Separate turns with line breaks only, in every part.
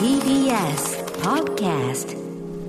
TBS Podcast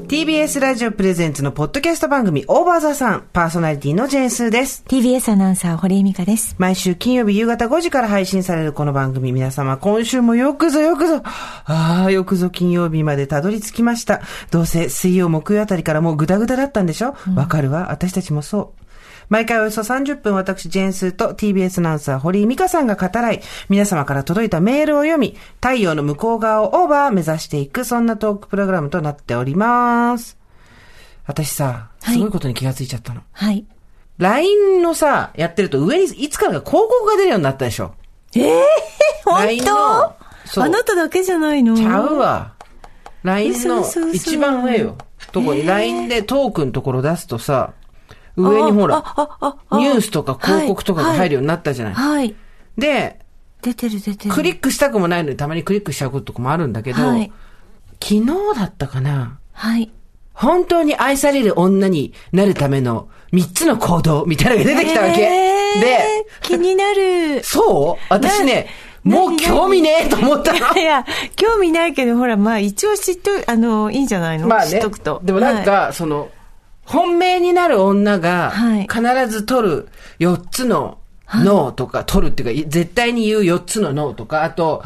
TBS ラジオプレゼンツのポッドキャスト番組オーバーザさんパーソナリティのジェーンスーです。
TBS アナウンサー、堀井美香です。
毎週金曜日夕方5時から配信されるこの番組皆様今週もよくぞよくぞああ、よくぞ金曜日までたどり着きました。どうせ水曜木曜あたりからもうグダグダだったんでしょわかるわ。私たちもそう。毎回およそ30分私ジェーンスーと TBS アナウンサー堀井美香さんが語らい、皆様から届いたメールを読み、太陽の向こう側をオーバー目指していく、そんなトークプログラムとなっております。私さ、
はい
すごいことに気がついちゃったの。
はい。
LINE のさ、やってると上にいつからか広告が出るようになったでしょ。
ええ
本当そう
あなただけじゃないの
ちゃうわ。LINE の
嘘嘘嘘
一番上よ。とこに LINE でトークのところ出すとさ、上にほら、
ああああ
ニュースとか広告とかが入るようになったじゃない。
はい。
で、
出てる出てる。
クリックしたくもないのにたまにクリックしちゃうこととかもあるんだけど、
はい
昨日だったかな
はい。
本当に愛される女になるための3つの行動みたいなのが出てきたわけ。
えー
で、
気にな る。
そう私ね、
な
もう
何
興味ねえと思ったの。
いや、興味ないけど、ほら、まあ、一応知っと、あの、いいんじゃないの、
まあ
知っ
ね
とくと。。
でもなんか、
は
その、本命になる女が
はい、
必ず取る4つの脳とか、取るっていうか、い絶対に言う4つの脳とか、あと、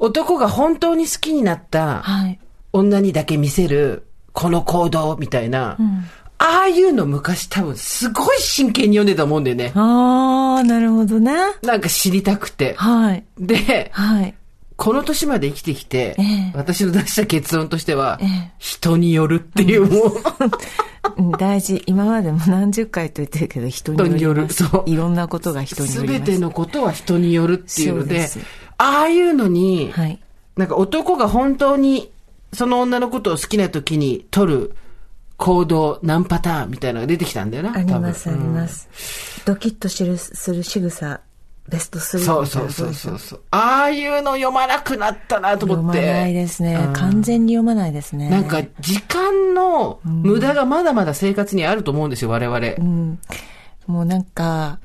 男が本当に好きになった
い、はい。
女にだけ見せる、この行動みたいな、ああいうの昔多分すごい真剣に読んでたもんでね。
あー、なるほどね。
なんか知りたくて。
はい。
で、
はい。
この年まで生きてきて、
ええ
私の出した結論としては、
ええ
人によるっていう、もう、
うん大事。今までも何十回と言ってるけど、人によります
人によるそう
いろんなことが人によ
す
り
べ
ます。
てのことは人によるっていうので、
そうです
ああいうのに、
はい。
なんか男が本当にその女のことを好きな時に取る行動何パターンみたいなのが出てきたんだよな。
あります
多
あり
分
ま。
うん
す。ドキッとするする仕草ベスト3みたい
そ
な
うそうそうそうそう。ああいうの読まなくなったなと
読
思っ
ま
て。
ないですね
うん。
完全に読まないですね。
なんか、時間の無駄がまだまだ生活にあると思うんですよ、我々。
うん。もうなんか、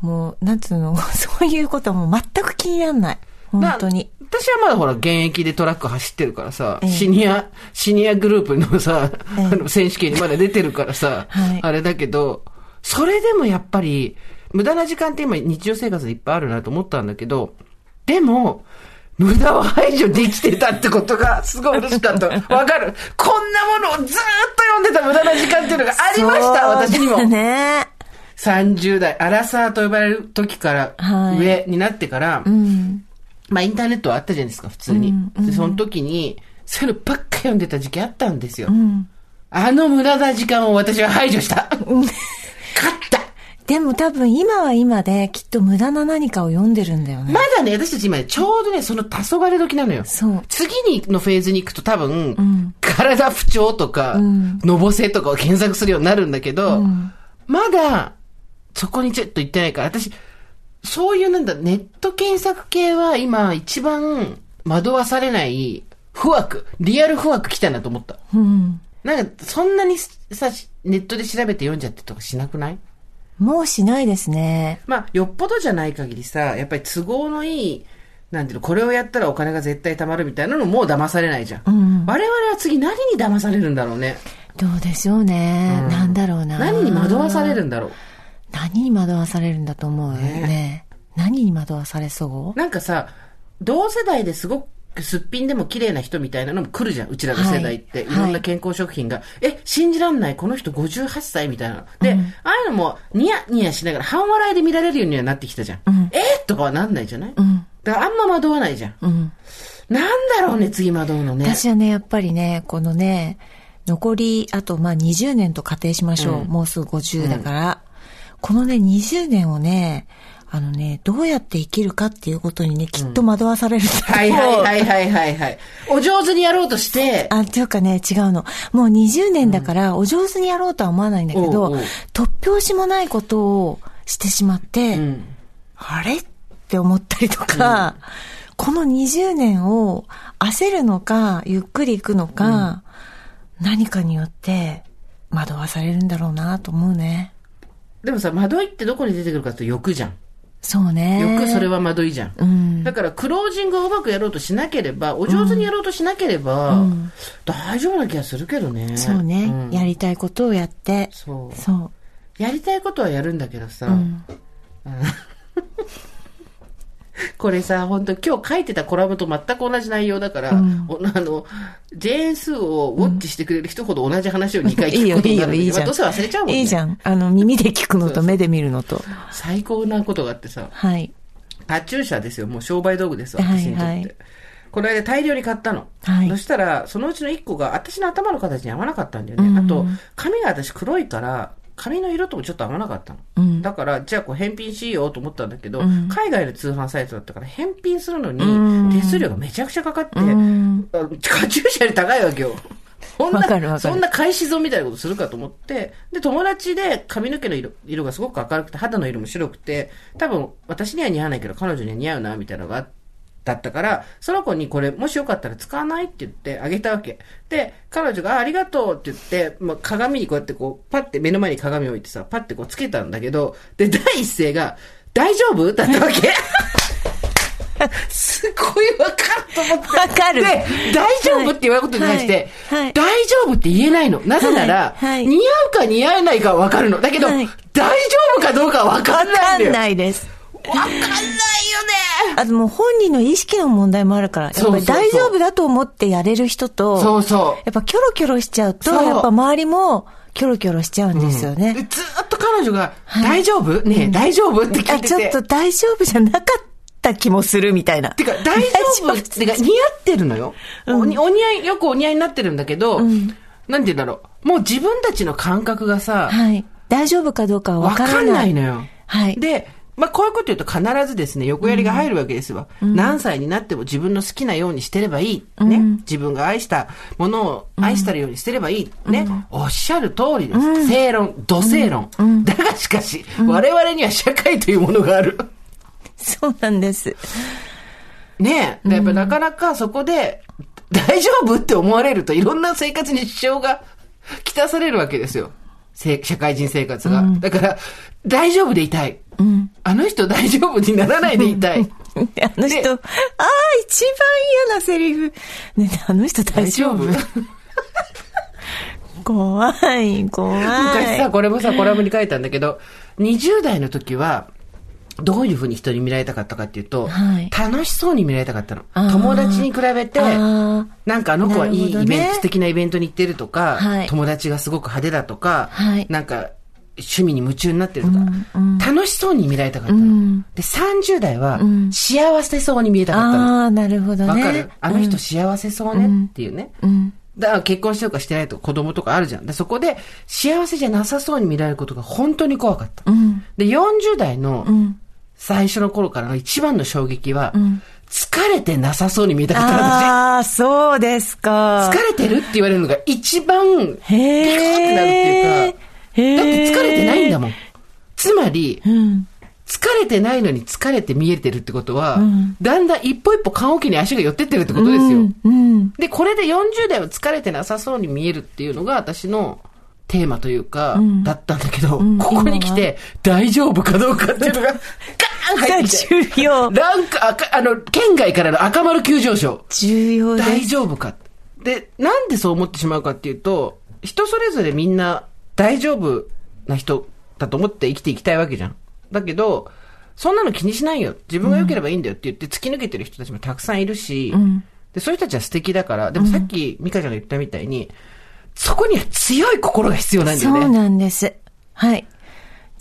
もう、なんつうの、 そういうことも全く気にならない。本当に。
な。私はまだほら、現役でトラック走ってるからさ、
ええ
シニア、シニアグループのさ、
ええ
あの、選手権にまだ出てるからさ、
はい
あれだけど、それでもやっぱり、無駄な時間って今日常生活でいっぱいあるなと思ったんだけど、でも、無駄を排除できてたってことが、すごい嬉し かった。わかる。こんなものをずーっと読んでた無駄な時間っていうのがありました、私に
そう
も
だ。 ね。
30代、アラサーと呼ばれる時から、
はい
上になってから、
うん。
まあインターネットはあったじゃないですか、普通に。で、その時に、そういうのばっか読んでた時期あったんですよ。あの無駄な時間を私は排除した。勝った
でも多分今は今できっと無駄な何かを読んでるんだよね。
まだね、私たち今ね、ちょうどね、その黄昏時なのよ。
そう
次にのフェーズに行くと多分、体不調とか、のぼせとかを検索するようになるんだけど、まだ、そこにちょっと行ってないから、私、そういうなんだ、ネット検索系は今一番惑わされない不惑、リアル不惑来たなと思った。
うん。
なんか、そんなにさ、ネットで調べて読んじゃってとかしなくない
もうしないですね。
まあ、よっぽどじゃない限りさ、やっぱり都合のいい、なんていうの、これをやったらお金が絶対貯まるみたいなのもう騙されないじゃん。我々は次何に騙されるんだろうね。
どうでしょうね。なんだろうな。
何に惑わされるんだろう。
何に惑わされるんだと思うね何に惑わされそう
なんかさ、同世代ですごくすっぴんでも綺麗な人みたいなのも来るじゃん、うちらの世代って。
はい
い、ろんな健康食品が、え、信じらんない、この人58歳みたいなの。で、ああいうのもニヤニヤしながら半笑いで見られるようにはなってきたじゃん。えとかはなんないじゃない、だからあんま惑わないじゃん。
うん。
なんだろうね、次惑うのね。
私はね、やっぱりね、このね、残り、あとまあ20年と仮定しましょう。もうすぐ50だから、このね、20年をね、あのね、どうやって生きるかっていうことにね、きっと惑わされるんだと思う。
はいはいはいはいはいはい。お上手にやろうとして、
あ、というかね、違うの。もう20年だから、お上手にやろうとは思わないんだけど、
おうおう
突拍子もないことをしてしまって、
うん。
あれって思ったりとか、この20年を焦るのか、ゆっくり行くのか、何かによって惑わされるんだろうなと思うね。
でもさ、惑いってどこに出てくるかというと欲じゃん。
そうね。
よくそれはまどいじゃん。
うん。
だからクロージングをうまくやろうとしなければ、お上手にやろうとしなければ、大丈夫な気がするけどね。
そうね、
ん
やりたいことをやって。
そう。
そう。
やりたいことはやるんだけどさ、うんこれさ、本当今日書いてたコラムと全く同じ内容だから、おあの、ジェーンスーをウォッチしてくれる人ほど同じ話を2回
いい
聞く
よ、
こと
いい
になる
よ、
んだけ
い
ど
いじ
ま
ゃ
あ
ん。
どうせ忘れちゃうもんね。
いいじゃん。あの、耳で聞くのと目で見るのと。
最高なことがあってさ、
はい。
カチューシャですよ、もう商売道具です、私にとって。
はいはい
この間大量に買ったの。
はい
そしたら、そのうちの1個が私の頭の形に合わなかったんだよね。あと、髪が私黒いから、髪の色ともちょっと合わなかったの。
うん。
だから、じゃあこう返品しようと思ったんだけど、
うん
海外の通販サイトだったから返品するの
うん
に、手数料がめちゃくちゃかかって、
うん。
あカチューシャより高いわけよ。そん
わかるわか
な、
る
そんな返し損みたいなことするかと思って、で、友達で髪の毛の色色がすごく明るくて、肌の色も白くて、多分私には似合わないけど、彼女には似合うな、みたいなのがあだったから、その子にこれ、もしよかったら使わないって言ってあげたわけ。で、彼女が、あありがとうって言って、まあ、鏡にこうやってこう、パって目の前に鏡を置いてさ、パってこうつけたんだけど、で、第一声が、大丈夫だったわけ。すごいわかると思って。
わかる
で、大丈夫って言われることに対して、
はいはい
大丈夫って言えないの。なぜなら、
はいはい
似合うか似合えないかわかるの。だけど、
はい
大丈夫かどうかわか
わ
んな
かん
いんだよ。
ないです。
わかんないよね。
あともう本人の意識の問題もあるから、やっぱり
そうそう
大
そう
丈夫だと思ってやれる人と、
そうそう。
やっぱキョロキョロしちゃうと、
そう
やっぱ周りもキョロキョロしちゃうんですよね。
でずーっと彼女が、大丈夫ねえ、大丈夫って聞
あ、
いて
ち
て。
ょっと大丈夫じゃなかった気もするみたいな。
てか、大丈夫ってか、似合ってるのよ、おに。お似合い、よくお似合いになってるんだけど、なんて言うんだろう。もう自分たちの感覚がさ、
はい。大丈夫かどうかは
わ
わから
か
ない。
んないのよ。
はい。
で、まあ、こういうこと言うと必ずですね、横やりが入るわけですわ。何歳になっても自分の好きなようにしてればいい。ね。自分が愛したものを愛したるようにしてればいい。ね。おっしゃる通りです。正論、土正論。だがしかし、我々には社会というものがある。
そうなんです。
ねえ。でやっぱなかなかそこで、 大丈夫って思われると、いろんな生活に支障が きたされるわけですよ。せ社会人生活が。だから、大丈夫でいたい。あの人大丈夫にならないでいたい。
であの
で
人、ああ、一番嫌なセリフ。ね、あの人 大丈夫怖い、怖い。
昔さ、これもさ、コラムに書いたんだけど、20代の時は、どういうふうに人に見られたかったかっていうと、
はい
楽しそうに見られたかったの。
あー
友達に比べて、
あー
なんかあの子はい
なるほ
い
どね
イベント、素敵なイベントに行ってるとか、
はい
友達がすごく派手だとか、
はい
なんか趣味に夢中になってるとか、楽しそうに見られたかったの。で、30代は、幸せそうに見えたかったの。
ああ、なるほど
わ
ね。
かるあの人幸せそうねっていうね。だから結婚してるかしてないとか子供とかあるじゃん。でそこで幸せじゃなさそうに見られることが本当に怖かった。で、40代の最初の頃からの一番の衝撃は、疲れてなさそうに見えたかった私。
ああ、そうですか。
疲れてるって言われるのが一番
へえ。
ビクってなるっていうか
へえ。
だって疲れてないんだ
も
もん。つまり、
ん。うん。
疲れてないのに疲れて見えてるってことは、だんだん一歩一歩缶桶に足が寄ってってるってことですよ。
うん。
で、これで40代は疲れてなさそうに見えるっていうのが私のテーマというか、だったんだけど、ここに来て、大丈夫かどうかっていうのが、ガーン入
が
ってきて、
重要。
ランク、あかあの、県外からの赤丸急上昇。
重要です。
大丈夫か。で、なんでそう思ってしまうかっていうと、人それぞれみんな大丈夫な人だと思って生きていきたいわけじゃん。だけど、そんなの気にしないよ。自分が良ければいいんだよって言って突き抜けてる人たちもたくさんいるし、で、そういう人たちは素敵だから、でもさっきミカちゃんが言ったみたいに、そこには強い心が必要なんだよね。
そうなんです。はい。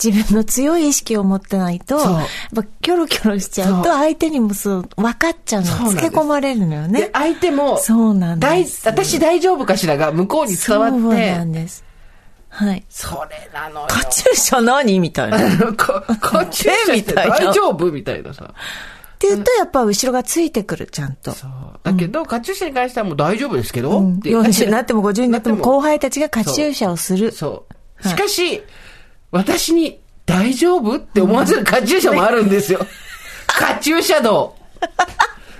自分の強い意識を持ってないと、
そう
やっぱキョロキョロしちゃうと、
そう
相手にもそう、分かっちゃうの
そうなん。で
付
す
け込まれるのよ
で
ね、。
相手も、
そうなん
大
です。
私大丈夫かしらが向こうに伝わっ
そうな
て、
んです。 はい。
それなのよ。
カチューシャ何みたいな。っ
こ、こっちの人って大丈夫みたいなさ。
て言うと、やっぱ後ろがついてくる、ちゃんと。
そうだけど、カチューシャに関してはもう大丈夫ですけど、
うん
っていう
40になっても50になっても
なっても
後輩たちがカチューシャをする。
そう。
はい
しかし、私に大 丈夫って思わせるカチューシャもあるんですよ。カチューシャ道。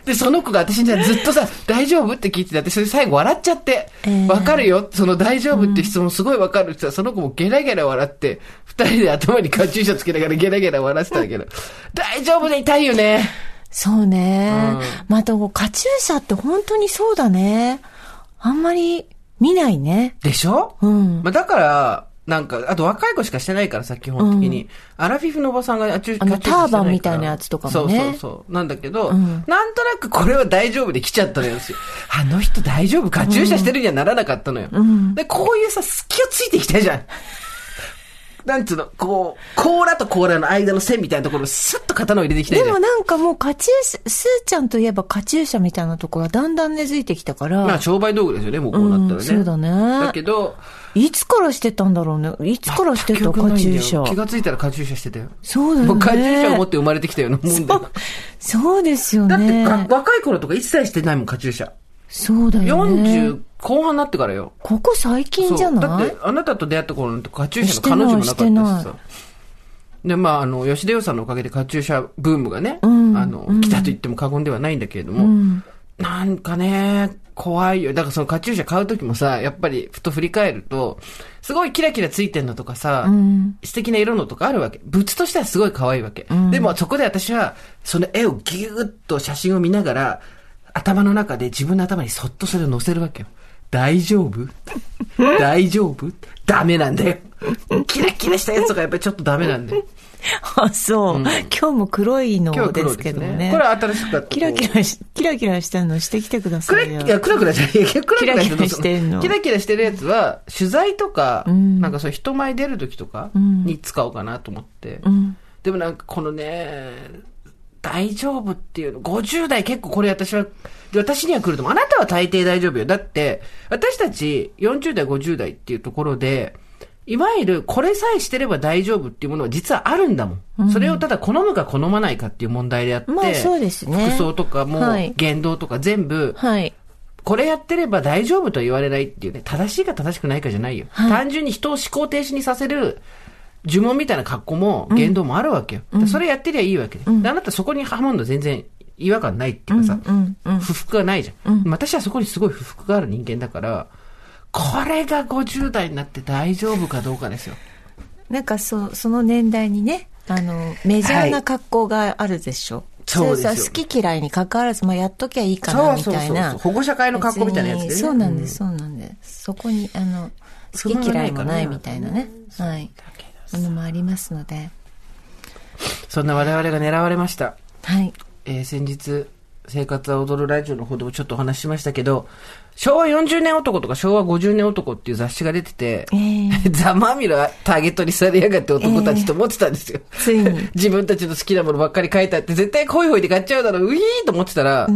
で、その子が私にさずっとさ、大丈夫って聞いてたって、それで最後笑っちゃって
え、ー
わかるよ、その大丈夫って質問すごいわかるってさ、その子もゲラゲラ笑って、二人で頭にカチューシャつけながらゲラゲラ笑ってたんだけど、大丈夫で痛いよね。
そうね。また、こうカチューシャって本当にそうだね。あんまり見ないね。
でしょ
うん。
まあ、だから、なんか、あと若い子しかしてないからさ、基本的に。アラフィフのおばさんが、あちゅ
あの
カチューシャして
ターバン
いか
みた
ら
いなやつとかもね
そうそうそう。なんだけど、なんとなくこれは大丈夫で来ちゃったの よ。私あの人大丈夫カチューシャしてるにはならなかったのよ。で、こういうさ、隙をついていきた いじゃん。なんつうの、こう、甲羅と甲羅の間の線みたいなところをスッと刀を入れていきたい
で
じゃん
も。なんかもうカチューシャ、スーちゃんといえばカチューシャみたいなところはだんだん根付いてきたから。
まあ、商売道具ですよね、もうこうなったらね。
うんそうだね
だけど、
いつからしてたんだろうね。いつからしてた
記
カ
憶ない
チ
ん
ュー
だよ
シ
気
ャ。
がついたらカチューシャしてたよ。
そうだよね。
もうカチューシャを持って生まれてきたようなもんだよ
そうですよ
だって、
ね。
が若い頃とか一切してないもん、カチューシャ。
そうだよね。
40後半になってからよ。
ここ最近じゃ
そうだ
な
っ
い
て、あなたと出会った頃のカチューシャの彼女もなかった
し
し
てな
さ
い。
で、まあ、あの、吉田洋さんのおかげでカチューシャブームがね、
ん
あの、来たと言っても過言ではないんだけれども、なんかね、怖いよ。だからそのカチューシャ買う時もさ、やっぱりふと振り返ると、すごいキラキラついてんのとかさ、素敵な色のとかあるわけ。物としてはすごい可愛いわけ。でもそこで私は、その絵をギューッと写真を見ながら、頭の中で自分の頭にそっとそれを載せるわけよ。大丈夫大丈夫ダメなんだよ。キラキラしたやつとかやっぱりちょっとダメなんだよ。
あ、そう、今日も黒い
今日
の
は黒
ですけどね。
これは新しく買った。
キラキラし、キラキラしてるのしてきてくだ
ク
さ
ラ
いよ。
いや、クラクラじゃない。いやクラクラ
キラキラしてんの
キラキラしてるやつは、取材とか、なんかそういう人前出る時とかに使おうかなと思って。でもなんかこのね、大丈夫っていうの、50代結構これ私は、私には来ると思う。あなたは大抵大丈夫よ。だって、私たち40代、50代っていうところで、いわゆるこれさえしてれば大丈夫っていうものは実はあるんだもん。それをただ好むか好まないかっていう問題であって、
まあそうですね
服装とかも
はい
言動とか全部、
はい。
これやってれば大丈夫とは言われないっていうね、正しいか正しくないかじゃないよ。単純に人を思考停止にさせる呪文みたいな格好も言動もあるわけよ。でそれやってりゃいいわけで。であなたそこにハマるの全然違和感ないっていうかさ、不服がないじゃん。私はそこにすごい不服がある人間だから、これが50代になって大丈夫かどうかですよ。
なんかそう、その年代にね、あの、メジャーな格好があるでしょ。
そうですよ
れさ好き嫌いに関わらず、まあ、やっときゃいいかな、みたいな。
保護者会の格好みたいなやつで、ね。
別にそうなんです、そうなんです。そこに、あの、
不
好
満
き
がな
嫌
い
いもないみたいなね。はい。
だけど
ものもありますので。
そんな我々が狙われました。
はい。
えー先日、生活は踊るラジオの方でもちょっとお話ししましたけど、昭和40年男とか昭和50年男っていう雑誌が出てて、
えー
ざまみろターゲットにされやがって男たちと思ってたんですよ。
つい に
自分たちの好きなものばっかり書いてあって、絶対恋恋で買っちゃうだろう、うひーと思ってたら、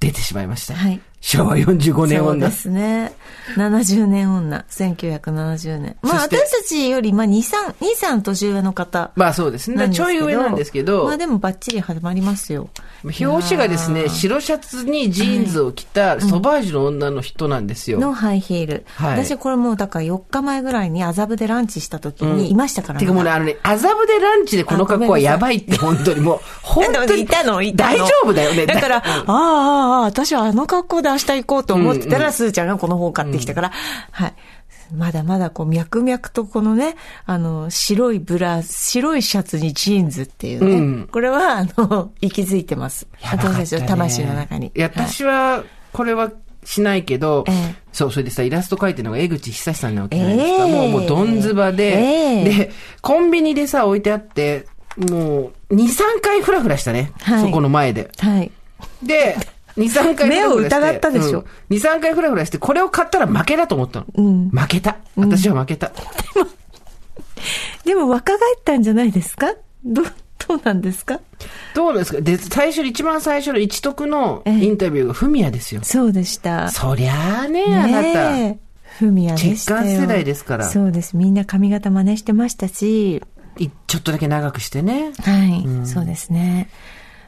出てしまいました。
はい
昭和45年
そう
女
で。すね。70年女。1970年。まあ
そして
私たちより、まあ2、3、2、3年上の方
まあそうですね。
なんです
ち
けど。
ょい上なんですけど、
まあでもバッチリ始まりますよ。
表紙がですね、白シャツにジーンズを着たソバージュの女の人なんですよ。
のハイヒール。
はい
私これもうだから4日前ぐらいに麻布でランチした時にいましたから
て かもうね、あのね、麻布でランチでこの格好はやばいって、本当にもう、本
でも
当
ね
に。
いたの、いたの。
大丈夫だよね。
だから、ああ、ああ、私はあの格好で明日行こうと思ってたら、すーちゃんがこの本を買ってきたから、はい。まだまだこう、脈々とこのね、あの、白いブラ、白いシャツにジーンズっていうね。
うん
これは、あの、 息づいてます。
やばかった
私た
ね
ちの魂の中に。
いや、
はい
私は、これはしないけど、
ええ
そう、それでさ、イラスト描いてるのが江口久志さんなわけじゃないですか。
ええ
もう、もう、どんずばで、
ええ
で、コンビニでさ、置いてあって、もう、2、3回フラフラしたね。
はい
そこの前で。
はい。
で、2、3回フラフラして。
目を疑ったでしょ
うん。2、3回フラフラして、これを買ったら負けだと思ったの。負けた。私は負けた。
でも若返ったんじゃないですかどう、どうなんですか
どうなんですかで、最初に、一番最初の一徳のインタビューがフミヤですよ。
そうでした。
そりゃあね、あなた。
ねえ。ふみやでしたよ。
血管世代ですから
そうです。みんな髪型真似してましたし、
いちょっとだけ長くしてね。
はい、そうですね。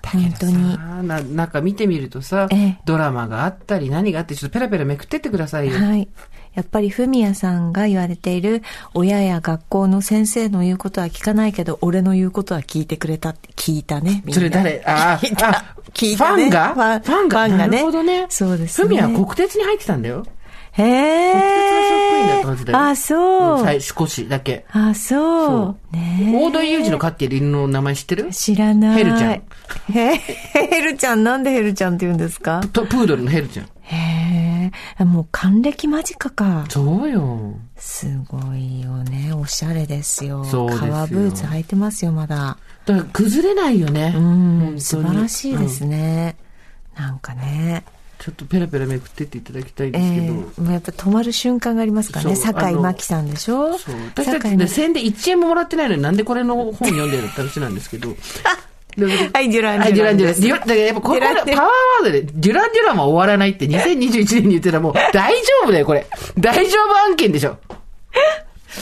本当に。
さあななんか見てみるとさ、
ええ
ドラマがあったり何があって、ちょっとペラペラめくってってくださいよ。
はい。やっぱりフミヤさんが言われている、親や学校の先生の言うことは聞かないけど、俺の言うことは聞いてくれたって聞いたね、みんな
それ誰あー
聞いた
あ。
聞いたね
ファンが
ファ
ファン
ン
が
ファンがね
なるほどね。
そうですね
フミヤは国鉄に入ってたんだよ。
へえ。
国鉄の職員だったはずだよ
あ、そう。
最初、少しだけ。
あ、そう。
そう
ねえ
大戸井裕二の飼っている犬の名前知ってる
知らない。
ヘルちゃん。
へヘルちゃん、なんでヘルちゃんって言うんですか
とプードルのヘルちゃん。
へえ。もう還暦間近か。
そうよ。
すごいよね。おしゃれですよ。
そうですよ
革ブーツ履いてますよ、まだ。
だから崩れないよね。
う
本当
ん、
に
素晴らしいですね。なんかね。
ちょっとペラペラめくってっていただきたいん
え
ですけ
え
ど。
もうやっぱ止まる瞬間がありますからね。
そう
酒
あ
井
の
真紀さんでしょ
そう私た
酒
ち
井
ね、
真紀
宣伝1円ももらってないのになんでこれの本読んでるって話なんですけど。で
はい、デュラン
はい、デュラン・デュラ
です
ン。デュランだからやっぱこれ、
デュ
パ
ラン
ワーワードで、デュラン・デュランは終わらないって2021年に言ってたらもう大丈夫だよ、これ。大丈夫案件でしょ。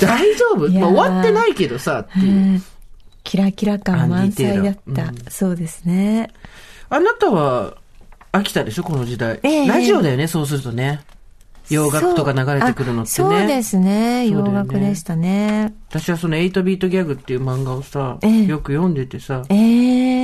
大丈夫
いやー
まあ終わってないけどさ、っていう。
うんキラキラ感満載だっ
アンディテ
た。そうですね。
あなたは、飽きたでしょ、この時代。
ええ
ラジオだよね、そうするとね。洋楽とか流れてくるのってね。
そうあそうですね。
そうだ
洋
よね
楽でしたね。
私はその8ビートギャグっていう漫画をさ、
ええ
よく読んでてさ、
え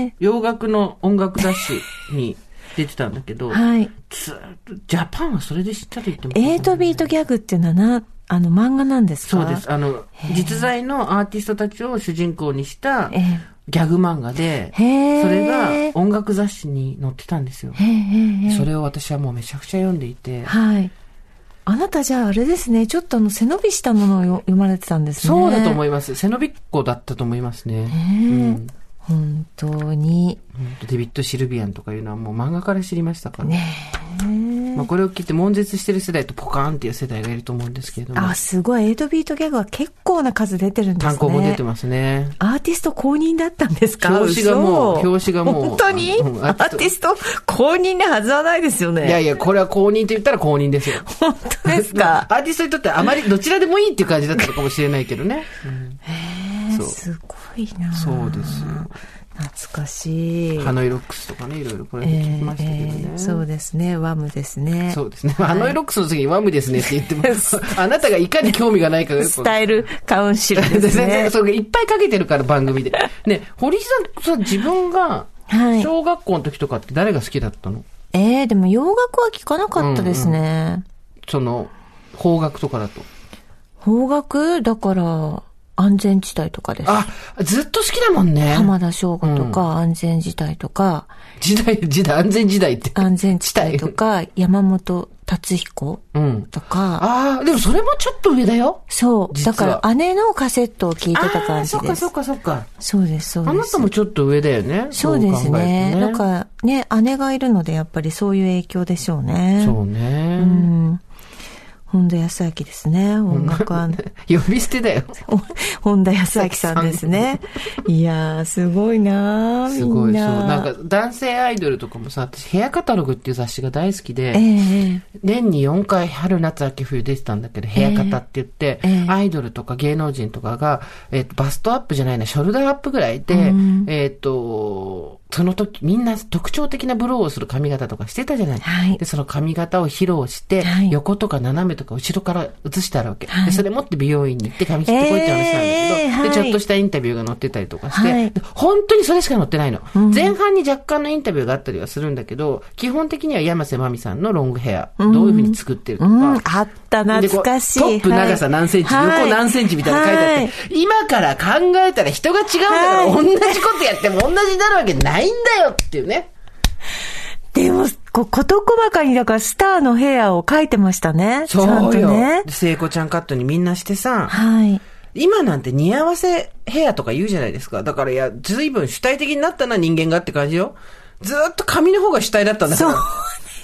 え
洋楽の音楽雑誌に出てたんだけど、
はい。
ずーっと、ジャパンはそれで知ったと言っても過言ではない
エイトビートギャグっていうのはな、あの漫画なんですか
そうです。。あの、実在のアーティストたちを主人公にした
ええ
ギャグ漫画で、そ
へー
れが音楽雑誌に載ってたんですよ。
えええええ
そ
え
れを私はもうめちゃくちゃ読んでいて。
はい。あなたじゃああれですね。ちょっとあの背伸びしたものをよ読まれてたんですね。
そうだと思
い
います。背伸びっ子だったと思いますね。うん
本当に。
デビッド・シルビアンとかいうのはもう漫画から知りましたから。まあこれを聞いて悶絶してる世代とポカーンっていう世代がいると思うんですけれども。
あ、すごい。エイトビートギャグは結構な数出てるんですね。
単行本出てますね。
アーティスト公認だったんですか
表紙がもう
嘘
表紙がもう
本当に、
うん
アーティスト公認なはずはないですよね。
いやいや、これは公認って言ったら公認ですよ。
本当ですか
アーティストにとってあまりどちらでもいいっていう感じだったのかもしれないけどね。そう
すごいな
そうですよ。
懐かしい。
ハノイロックスとかね、いろいろこれ
え
で
ー
聞きましたけどね。
えーそうですね。ワムですね。
そうですね。ハノイロックスの次にワムですねって言っても、あなたがいかに興味がないかがよく
ス
わかる
タイルカウンシル
全
ですね
然。それいっぱいかけてるから 番組で。ね、堀井さんさ、自分が
はい
小学校の時とかって誰が好きだったの
えー、でも洋楽は聞かなかったですね。
その、邦楽とかだと。
邦楽だから、安全地帯とかです。
あ、ずっと好きだもんね。
浜田省吾とか、安全地帯とか、
時代、時代、安全時代って。
安全地帯とか、山本達彦
うん。
とか、
ああ、でもそれもちょっと上だよ。
そう。
実
だ
は
から姉のカセットを聞いてた
あ
感
あ、
じ
そっ
で
か
す
そっ。かそっか。
そうです、そう
あ
で
な
す
た。もちょっと上だよね。
そう
考え
で
る
す
と
ね。なんかね、姉がいるのでやっぱりそういう影響でしょうね。
そうね。
うん。本田康明ですね。音楽 は、
呼び捨てだよ。
本田康明さんです ね。いやー、すごいなー
す
み
ご
ん
い、そう。
な。
なんか、男性アイドルとかもさ、私、ヘアカタログっていう雑誌が大好きで、
ええ
年に4回春夏秋冬出てたんだけど、部屋型って言って、
ええ
アイドルとか芸能人とかが、えっとバストアップじゃないな、ショルダーアップぐらいで、えっと、その時、みんな特徴的なブローをする髪型とかしてたじゃない。
はい
で、その髪型を披露して、
はい
横とか斜めとか後ろから写してあるわけ。
はい
で、それ持って美容院に行って髪切ってこいって話なんだけど、
ええはい
で、ちょっとしたインタビューが載ってたりとかして、
はい
で本当にそれしか載ってないの。前半に若干のインタビューがあったりはするんだけど、基本的には山瀬まみさんのロングヘア、どういうふうに作ってるとか。
うん、あった、
で
懐
こう
かしい。
トップ長さ
はい
何センチ、
はい
横何センチみたいなの書いてあって、今から考えたら人が違うんだから、
はい
同じことやっても同じになるわけないんだよっていうね。
でも、こ、こと細かに、だからスターの部屋を書いてましたね。ちゃんとね
で。聖子ちゃんカットにみんなしてさ、
はい。
今なんて似合わせヘアとか言うじゃないですか。だからいや、随分主体的になったな人間がって感じよ。ずーっと髪の方が主体だったんだか
そう
ら。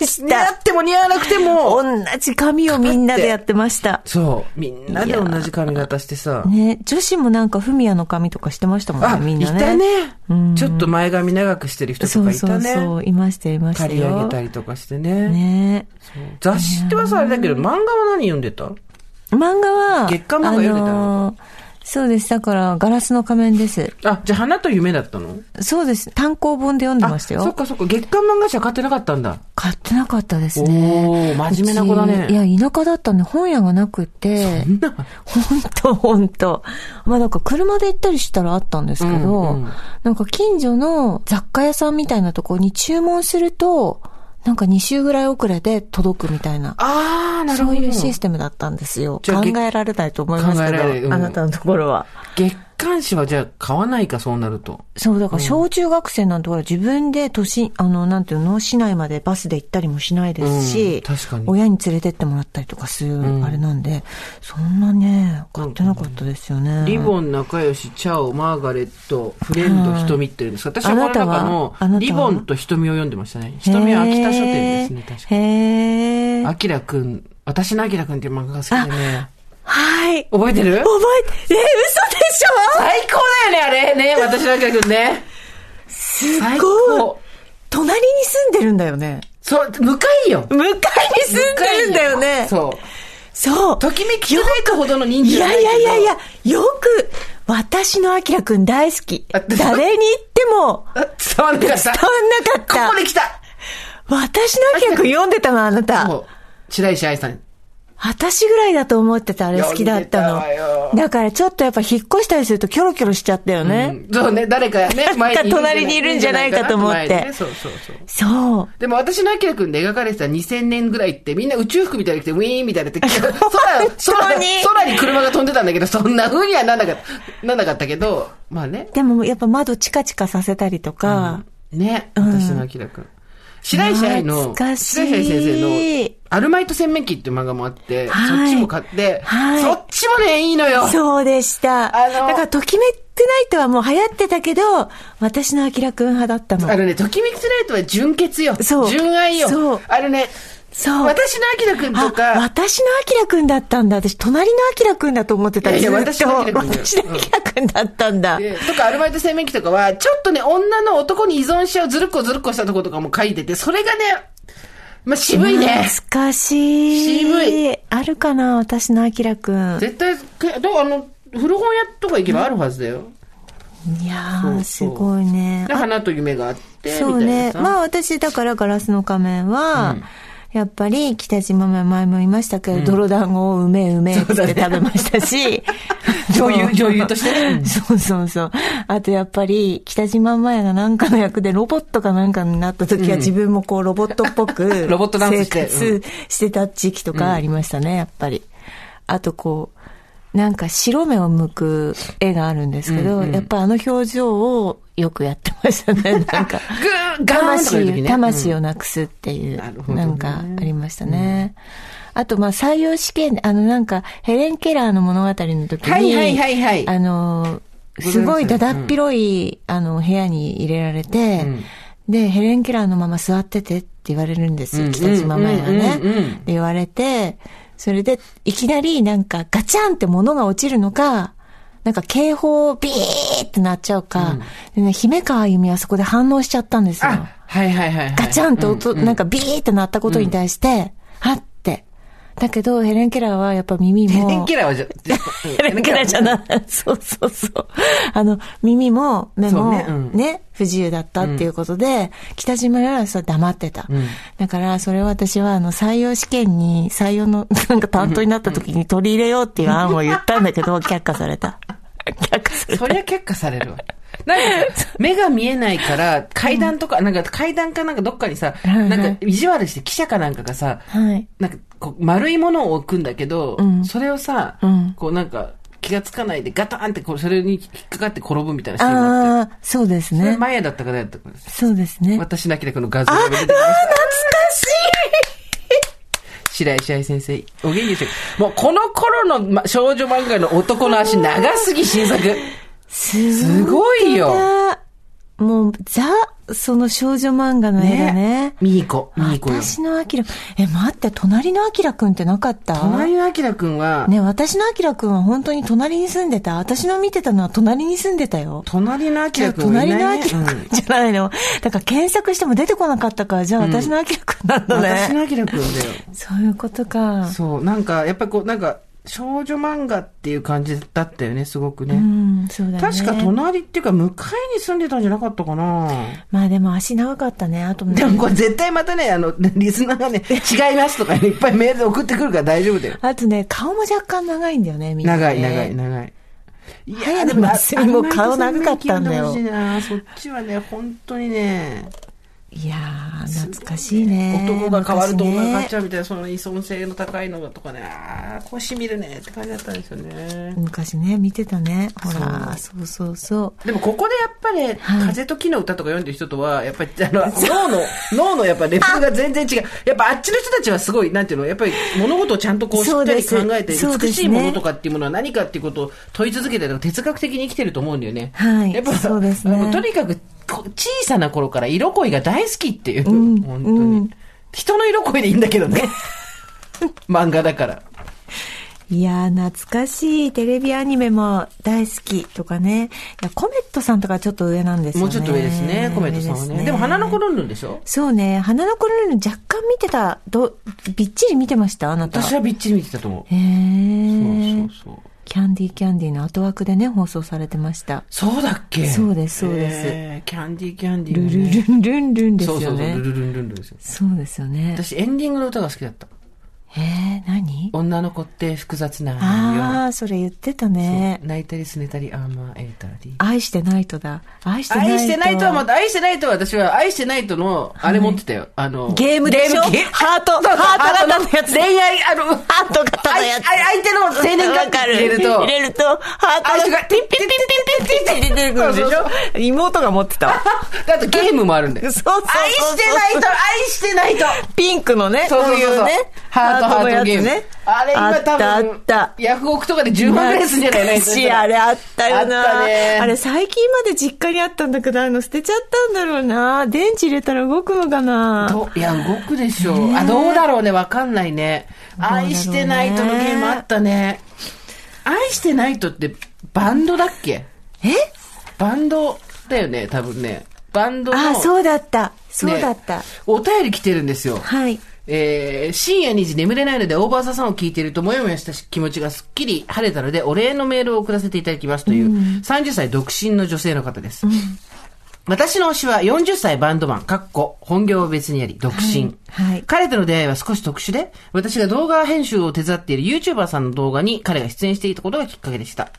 でし
似合
た。
っても似合わなくても。
同じ髪をみんなでやってました。
そう。みんなで同じ髪型してさ。
ね、女子もなんかフミヤの髪とかしてましたもん
あ、
ね、みん
い
なね。
たね、ちょっと前髪長くしてる人と
そ
か
う
い
そ
た
う
ね。
そう、いましたよいました
刈り
よ。
上げたりとかしてね。
ね
雑誌ってはさ、あれだけど、漫画は何読んでた
漫画は、
月刊漫画読んでたの
あのーそうです。だから、ガラスの仮面です。
あ、じゃあ花と夢だったの
そうです。単行本で読んでました
あそっ
よ。
かそっか。月刊漫画誌は買ってなかったんだ。
買ってなかったですね。
おお真面目な子だね。
うちいや、田舎だったんで本屋がなくて。
そんな
ほんと、ほんと。まあなんか車で行ったりしたらあったんですけど、
うんうん
なんか近所の雑貨屋さんみたいなとこに注文すると、なんか2週ぐらい遅れで届くみたいな。
ああ、なる
そ
ほ
う
ど。
いうシステムだったんですよ。
じゃあ
考
げ
えられないと思いますけ
考えられない
ど、
うん
あなたのところは。
月刊誌はじゃあ買わないか、そうなると。
そう、だから小中学生なんてほら自分で都心、あの、なんていうの、市内までバスで行ったりもしないですし、
うん確かに
親に連れてってもらったりとかする、
ん
あれなんで、そんなね、買ってなかったですよね。
リボン、仲良し、チャオ、マーガレット、フレンド、
はい
瞳っていうんですか私はこの
あなたは
中
あなた
の、
は
リボンと瞳を読んでましたね。瞳は秋田書店ですね、確かに。
へー
アキラくん、私のアキラくんっていう漫画が好きでね。
はい。覚
覚えてる
えて、え、嘘でしょ
最高だよね、あれね、私のアキラくんね。
す
最
ごい
高。
隣に住んでるんだよね。
そう、向かいよ。
向かいに住んでるんだよね。う。
そう。
そう。
ときめき輝くほどの人気
い
じゃ
や
ない
い
けど
やいやいや、よく、私のアキラくん大好き。
あで
誰に言っても、
あ伝わんなかっ
伝
た。
わんなかっ
ここで来た。
た。私のアキラくん読んでたの、あな
そ
た。
う。白石愛さん。
私ぐらいだと思ってた、あれ好きだった
読んでたわよ
の。だからちょっとやっぱ引っ越したりするとキョロキョロしちゃったよね。
うんそうね、誰かね、前にいるんじゃない。
隣にいるんじゃないかと思って
前にねそうそうそう。
そう。
でも私のアキラくんで描かれてた2000年ぐらいってみんな宇宙服みたいに着てウィーンみたいに なって、空、空
に
空に車が飛んでたんだけど、そんな風にはなんなかった、なんなかったけど、まあね。
でもやっぱ窓チカチカさせたりとか、
ね、私のアキラくん。白石愛の、
懐
白
か
石
しい
愛先生の、アルマイト洗面器っていう漫画もあって、
はい
そっちも買って、
はい
そっちもね、いいのよ
そうでした。
あ
だ
の
から、ときめくナイトはもう流行ってたけど、私のアキラくん派だった
あ
の。
のね、ときめきつライトは純潔よ。
そう
純愛よ。
そう
あのね、
そう。
私のアキラくんと
あ
か、
私のアキラくんだったんだ。私、隣のアキラくんだと思ってた。
いやいや
ずっと
私のアキラくんだよ
私のアキラくんだったんだ。
でとかアルバイト洗面器とかは、ちょっとね、女の男に依存しちゃうずるっこずるっこしたとことかも書いてて、それがね、まあ、渋いね。
懐かしい。
渋い。
あるかな私のアキラくん。
絶対、けどうあの、古本屋とか行けばあるはずだよ。
いや
そうそう
ー、すごいね
で、。花と夢があって、
そう
みたい
ね
な。さ。
まあ私、だからガラスの仮面は、やっぱり北島前前も言いましたけど、泥団子をうめえうめえって
そうだね。
食べましたし
女優女優としてね
そうそうそう。あとやっぱり北島前がなんかの役でロボットかなんかになった時は自分もこうロボットっぽく
ロボットダンスして
生活してた時期とかありましたね、やっぱり。あとこう、なんか白目を向く絵があるんですけど、やっぱあの表情をよくやってましたね、なんか。
ぐーん、ガーンとかいう時
魂、
ね。
魂
を。
をなくすっていう、
なるほど
な
ね
んかありましたね。あと、まあ、採用試験、あの、なんか、ヘレン・ケラーの物語の時に、
はいはいはいはい
あの、すごいだだっ広い、あの、部屋に入れられて、で、ヘレン・ケラーのまま座っててって言われるんです
うん
よ、北島前がね。
うんうんうんうん
で言われて、それで、いきなりなんかガチャンって物が落ちるのか、なんか警報ビーってなっちゃうか、でね、姫川あゆみはそこで反応しちゃったんですよ。
あ、はいはいはいはい。
ガチャンと音、なんかビーって鳴ったことに対して、はって。だけど、ヘレン・ケラーはやっぱ耳
ヘ
も。
レンケラーはじゃ、
ヘレン・ケラーじゃ ない。そうそうそう。あの、耳も目
そう
も
ね
ね
うん
不自由だったっていうことで、北島よりはそれ黙ってた。だから、それを私は、あの、採用試験に、採用の、 なんか担当になった時に取り入れようっていう案を言ったんだけ ど、却下された。却下された。
そりゃ却下されるわ。なんか、目が見えないから、階段とか、なんか階段かなんかどっかにさ、
いはい
なんか意地悪して記者かなんかがさ、
はい。
なんかこう丸いものを置くんだけど、
ん
それをさ、
ん
こうなんか気がつかないでガタンってこうそれに引っかかって転ぶみたいなシーンがあって。
ああ、そうです
それ
ね。
マヤだったからやったからです。
そうですね。
私だけでこの画像が出てきました。白石愛先生、お元気でしょうかもうこの頃の、ま、少女漫画の男の足長すぎ新作。す
す
ごいよ。
もう、ザ、その少女漫画の絵だね。
ミーコ、ミーコよ。
私のアキラ、え、待って、隣のアキラくんってなかった
隣のアキラくんは、
ね、私のアキラくんは本当に隣に住んでた。私の見てたのは隣に住んでたよ。
隣のアキ
じゃあ
ラくんはい
隣の
な
ア
い、ね
キラく
うん
んじゃないの。だから検索しても出てこなかったから、じゃあ私のアキラくんなんだ
私の
ね。
アキラくんだよ。
そういうことか。
そう、なんか、やっぱりこう、なんか、少女漫画っていう感じだったよね、すごくね。
うん、そうだね。
確か隣っていうか向かいに住んでたんじゃなかったかな
まあでも足長かったね。あとね
でもこれ絶対またね、あの、リスナーが ね、違いますとかね、いっぱいメールで送ってくるから大丈夫だよ。
あとね、顔も若干長いんだよね、みんな、ね。
長い長い長い。い
早野真澄も顔長かったんだよ
あんまりそんな意見でほしいなそっちはね、本当にね、
いやー、懐かしいね。
男が変わると女が変わっ
昔ね
ちゃうみたいな、その依存性の高いのとかね、ああ、こうしみるねって感じだったんですよね。
昔ね、見てたね。ほら、そうそうそう。
でもここでやっぱり、
はい
風と木の歌とか読んでる人とは、やっぱり、あ の、脳の、脳のやっぱレベルが全然違う。やっぱあっちの人たちはすごい、なんていうの、やっぱり物事をちゃんとこうしっ
そう
か
で
り
す
考えて、
そうですね
美しいものとかっていうものは何かっていうことを問い続けて、哲学的に生きてると思うんだよね。
はい
やっぱ、
そうですね
あのとにかく、こ小さな頃から色恋が大好きっていう、
ん
本当に、
うん
人の色恋でいいんだ けどね。漫画だから。
いやー、懐かしい。テレビアニメも大好きとかね。いや、コメットさんとかちょっと上なんですよ
も
ね。
うちょっと上ですね、コメントさんは
上
ね。でも花の子ルンルンでしょ
そうね。花の子ルンルン若干見てた。ど、びっちり見てましたあなた。
私はびっちり見てたと思う。
へー
そうそうそう。
キャンディーキャンディーの後枠でね、放送されてました。
そうだっけ
そうですそうです
へーキャンディーキャンディー、
ル
ね。
ルルンルンルンです
そうそ
よ
うそう、ル
ね。
ルルンルンルンですよ。
そうですよね。
私エンディングの歌が好きだった。
えー、何
女の子って複雑なん
あ
よ。
あ、それ言ってた
そう
ね。
泣いたりすねたり甘えたり。
愛してないとだ。愛してないと。
愛してないとはまた、愛してないとは私は、愛してないとの、あれ持ってたよ。あの、
ゲームでしょ
ゲーム
ハート、
そうそう
ハート型のやつ。
恋愛、あの、
ハート型のやつ。
相手の青年
わ
月
か
日
る。
入れると
入、れると、ハー
あ人
トが
がピッピッピッピッピッピ
出
ッ
てくるで
そう
し
そう
ょ妹が持ってたわ。
そうあとゲームもあるんだ
そう
よ。
そうそう
愛してないと、愛してないと。
ピンクのね、
そう
こ
そううそう
い
そう
うね。
ハートハ
の
ー
や
ト
つ
ゲーム。あれ今多分、
あったあった。
ヤフオクとかで10万ぐらいすんじゃ ないの
懐かしい、あれあったよな。
あったね
あれ最近まで実家にあったんだけど、あの捨てちゃったんだろうな。電池入れたら動くのかな。
どいや、動くでしょう。あ、どうだろうね、わかんないね。
うだろうね
愛してないとのゲームあったね。愛してないとって、バンドだっけ
え
バンドだよね、多分ね。バンドの。
あ、そうだった。そうだった
ね。お便り来てるんですよ。
はい。
えー深夜2時眠れないのでオーバーザさんを聞いているともやもやした気持ちがすっきり晴れたのでお礼のメールを送らせていただきますという、30歳独身の女性の方です。私の推しは40歳バンドマン、かっこ、本業は別にあり、独身、
はいはい
彼との出会いは少し特殊で、私が動画編集を手伝っている YouTuber さんの動画に彼が出演していたことがきっかけでした。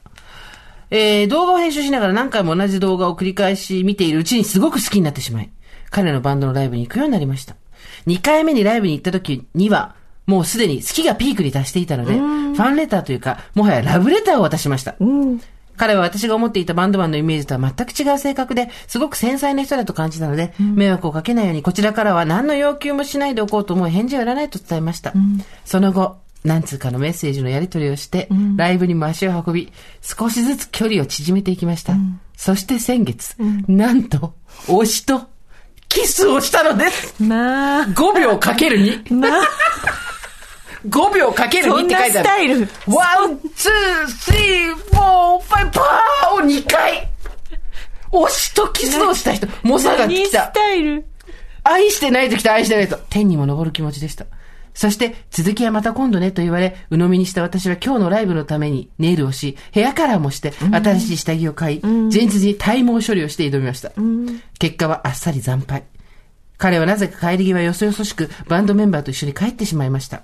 えー動画を編集しながら何回も同じ動画を繰り返し見ているうちにすごく好きになってしまい、彼のバンドのライブに行くようになりました。2回目にライブに行った時には、もうすでに好きがピークに達していたので、ファンレターというか、もはやラブレターを渡しました。彼は私が思っていたバンドマンのイメージとは全く違う性格で、すごく繊細な人だと感じたので、迷惑をかけないようにこちらからは何の要求もしないでおこうと思う返事をやらないと伝えました。その後、何通かのメッセージのやり取りをして、ライブにも足を運び、少しずつ距離を縮めていきました。そして先月、なんと、推しと、キスをしたのです
まあ、
!5 秒かける 2!5
まあ、
秒かける2って書い
そん
てある。
なスタイル
ワン、ツー、スリー、フォー、ファイブ、パーを2回押しとキスをした人、モサが
何
来
ス
た。
タイル。
愛してないと来た、愛してないと。天にも昇る気持ちでした。そして、続きはまた今度ねと言われ、鵜呑みにした私は今日のライブのためにネイルをし、ヘアカラーもして、新しい下着を買い、前日に体毛処理をして挑みました。結果はあっさり惨敗。彼はなぜか帰り際よそよそしくバンドメンバーと一緒に帰ってしまいました。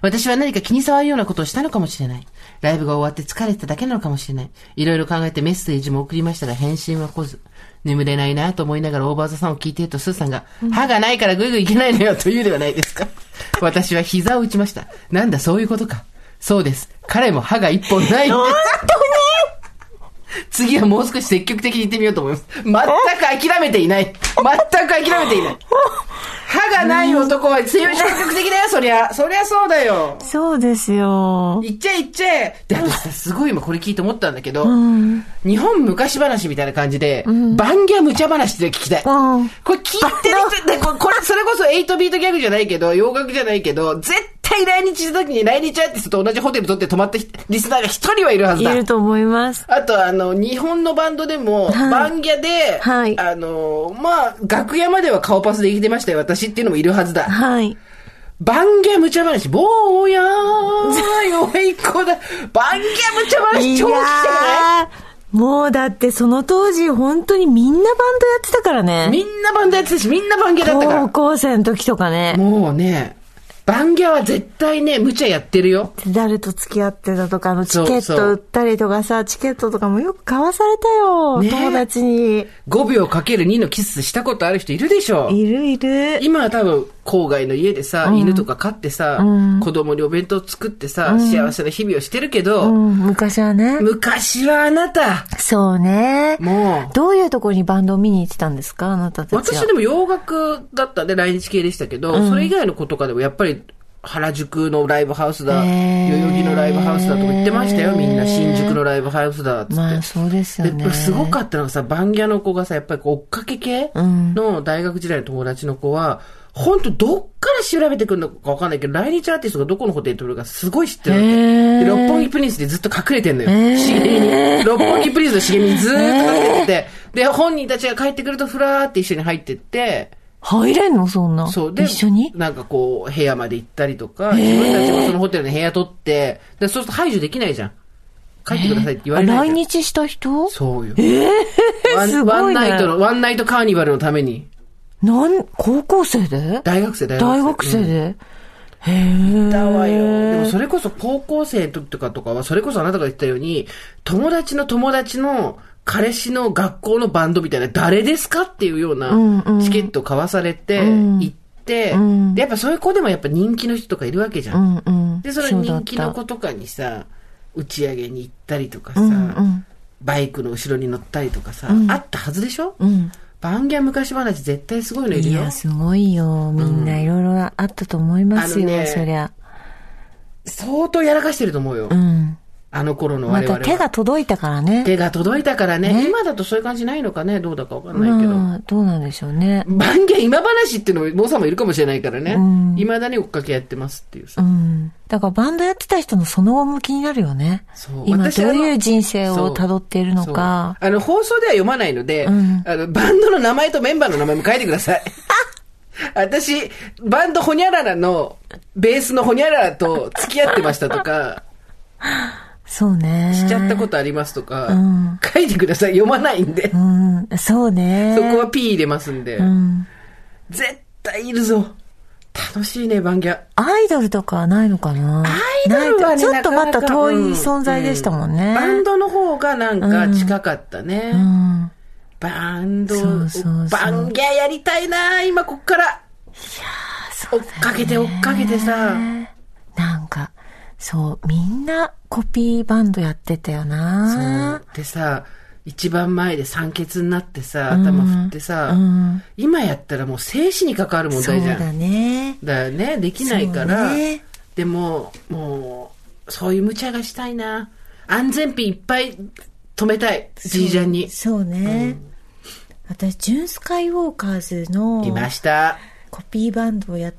私は何か気に障るようなことをしたのかもしれない。ライブが終わって疲れてただけなのかもしれない。いろいろ考えてメッセージも送りましたが返信は来ず。眠れないなと思いながらオーバーザさんを聞いているとスーさんが、歯がないからぐいぐいいけないのよと言うではないですか。私は膝を打ちました。なんだそういうことか。そうです。彼も歯が一本 ないん です。次はもう少し積極的に行ってみようと思います。全く諦めていない。全く諦めていない。歯がない男は強い積極的だよ、そりゃ。そりゃそうだよ。
そうですよ。
行っちゃえ行っちゃえで、私さ、すごい今これ聞いて思ったんだけど、日本昔話みたいな感じで、バンギャ無茶話って聞きたい。
うん
これ聞いてる人でここれ、それこそ8ビートギャグじゃないけど、洋楽じゃないけど、絶対来日した時に来日アーティストと同じホテル取って泊まった人リスナーが一人はいるはず
い
だ。
ると思います。
あと、あの、日本のバンドでも、
はい
バンギャで、
はい
あの、まあ、楽屋までは顔パスで生きてましたよ、私っていうのもいるはずだ。
はい。
バンギャ無茶話、坊やー、弱い子だ。バンギャ無茶話、超聞きたくない
もうだってその当時本当にみんなバンドやってたからね。
みんなバンドやってたし、みんなバンギャだったか
高
ら。
校生の時とかね。
もうね、バンギャは絶対ね、無茶やってるよ。
誰と付き合ってたとか、あのチ
そう
ケット売ったりとかさ、チケットとかもよく買わされたよ。
ね
友達に。
5秒かける2のキスしたことある人いるでしょ。
いるいる。
今は多分、郊外の家でさ、犬とか飼ってさ、子供にお弁当作ってさ、幸せな日々をしてるけ
う
ど、
ん、昔はね。
昔はあなた、
そうね。
もう、
どういうところにバンドを見に行ってたんですかあなたたちは。
私でも洋楽だったんで来日系でしたけど、それ以外の子とかでもやっぱり原宿のライブハウスだ、
へー
代々木のライブハウスだとか言ってましたよ、みんな。新宿のライブハウスだっつって。
まあそうですよ
で
ね。
やっぱすごかったのがさ、バンギャの子がさ、やっぱりこう追っかけ系の大学時代の友達の子は、ほんとどっから調べてくるのかわかんないけど、来日アーティストがどこのホテルとるかすごい知ってるわけ。
へー
で、六本木プリンスでずっと隠れてんのよ。
へー
茂みに。六本木プリンスの茂みにずーっと隠れてて。で、本人たちが帰ってくるとふらーって一緒に入ってって、
入れんのそんな。
そう。で、
一緒に
なんかこう、部屋まで行ったりとか、自分たちもそのホテルの部屋取って、で、そうすると排除できないじゃん。帰ってくださいって言われないじゃん
あ来日した人
そうよ。ワン
すごいね
ワンナイトの、ワンナイトカーニバルのために。
なん、高校生で
大学生、大学生。
大学生
うん
で、へえ。
だわよ。でもそれこそ高校生の時とかとかは、それこそあなたが言ってたように、友達の友達の彼氏の学校のバンドみたいな、誰ですかっていうよ
う
う
んう
なんチケット買わされて、
うん
行って、
うん
で、やっぱそういう子でもやっぱ人気の人とかいるわけじゃ。
うんんうん。
で、その
うだ
人
っ
気の
た
子とかにさ、打ち上げに行ったりとかさ、
うんうん。
バイクの後ろに乗ったりとかさ、あったはずでしょ
うん。
バンギャ昔話絶対すごいのいる
い
よ。
や、すごいよ。みんないろいろあったと思いますよ、
あのね
そりゃ。
相当やらかしてると思うよ。
うん。
あの頃の
ま
我々
た
は。
手が届いたからね。
手が届いたからね
ね
今だとそういう感じないのかね。どうだかわかんないけど。
まあ、どうなんでしょうね。
バンギャ今話っていうのも、坊さんもいるかもしれないからね。いまだに追っかけやってますっていう
う
さ。
ん。だからバンドやってた人のその後も気になるよね。
そう
今
私
ど
あの
ういう人生
そ
を
う
辿っているのか。
そうあの、放送では読まないので、
ん
あの、バンドの名前とメンバーの名前も書いてく ださい。私、バンドホニャララの、ベースのホニャララと付き合ってましたとか、
そうね。
しちゃったことありますとか、
ん
書いてください。読まないんで。
うん。そうね。
そこは P 入れますんで。
うん。
絶対いるぞ。楽しいね、バンギャ。
アイドルとかはないのかなア
アイドルはね
ちょっとまた
なかなか
遠い
うん
存在でしたもん
う
ね。
バンドの方がなんか近かったね。
うん。
バンド
そうそうそう
バンギャやりたいな今こっから。追っかけて追っかけてさ。
なんか、そう、みんなコピーバンドやってたよな。
でさ、一番前で酸欠になってさ、頭振ってさ、
うん。
今やったらもう生死に関わる問
そう
題じゃん。
だね。
だよね、できないから。
そうね
でも、もう、そういう無茶がしたいな。安全ピンいっぱい止めたい。じいちゃんに。
そうね。私、ジュン・スカイウォーカーズの
いました。
コピーバンドをやっ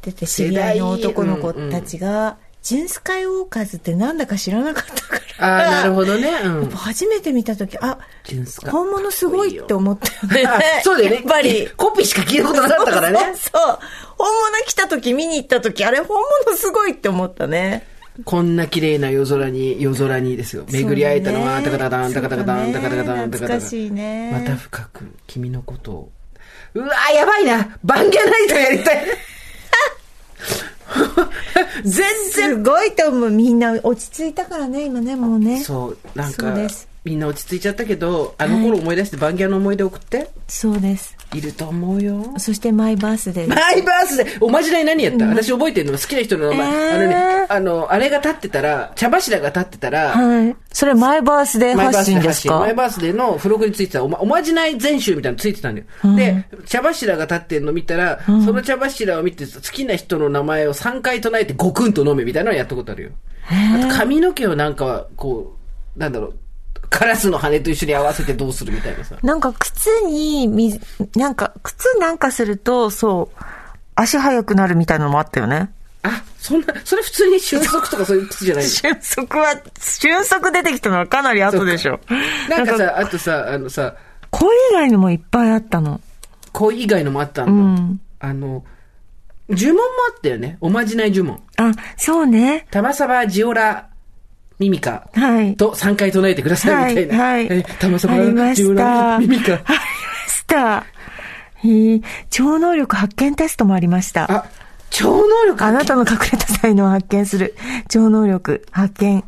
てて、知り合いの男の子たちが、ジュン・スカイウォーカーズってなんだか知らなかったから。
ああ、なるほどね。うん。
初めて見た時あ
ジュンスカ
本物すごいって思ったよ
あ
ね
そうだよね。
やっぱり。
コピーしか聞いたことなかったからね。
そうそう本物来た時見に行った時あれ本物すごいって思ったね
こんな綺麗な夜空に、夜空にですよ。巡り会えたのは、あん
そ
た
うね
かただ、あんたかたかた、あんたかたかた、あんたかたかた。
懐かしいね
また深く、君のことを。うわやばいなバンギャナイトやりたい全然
すごいと思うみんな落ち着いたからね今ねもうねそう
そう、なん
そう
か
です、
みんな落ち着いちゃったけど、あの頃思い出して、バンギャの思い出送って。
です
いると思うよ。
そしてマイバースデー
マイバースデーおまじない何やった、私覚えてるの好きな人の名前。
えー
あのね、あの、あれが立ってたら、茶柱が立ってたら、
はいそれマイバースデー
マイバー
発
ス
信
デー
で
発
す
信。
か
マイバースデーの付録についてたおまおまじない全集みたいなのついてたんだよ。で、茶柱が立ってるの見たら、その茶柱を見て好きな人の名前を3回唱えてゴクンと飲めみたいなのやったことあるよ。あと髪の毛をなんか、こう、なんだろう、カラスの羽と一緒に合わせてどうするみたいなさ。
なんか靴に水なんか靴なんかするとそう足速くなるみたいなのもあったよ ね
あ、そんな、それ普通に瞬足とかそういう靴じゃないの
俊足は、俊足出てきたのはかなり後でしょ。
なんかさ、あとさ、あのさ、
これ以外にもいっぱいあったの。
恋以外のもあったんだ。あの、呪文もあったよね。おまじない呪文。
あ、そうね。
玉サバジオラミミカ
はい。
と3回唱えてくださいみたいな。
はいはい
え玉サ
あり
バ
ま
ジオ
し
ラ
た。
ミミカ
あ。りました。えー超能力発見テストもありました。
あ、超能力
あなたの隠れた才能を発見する。超能力発見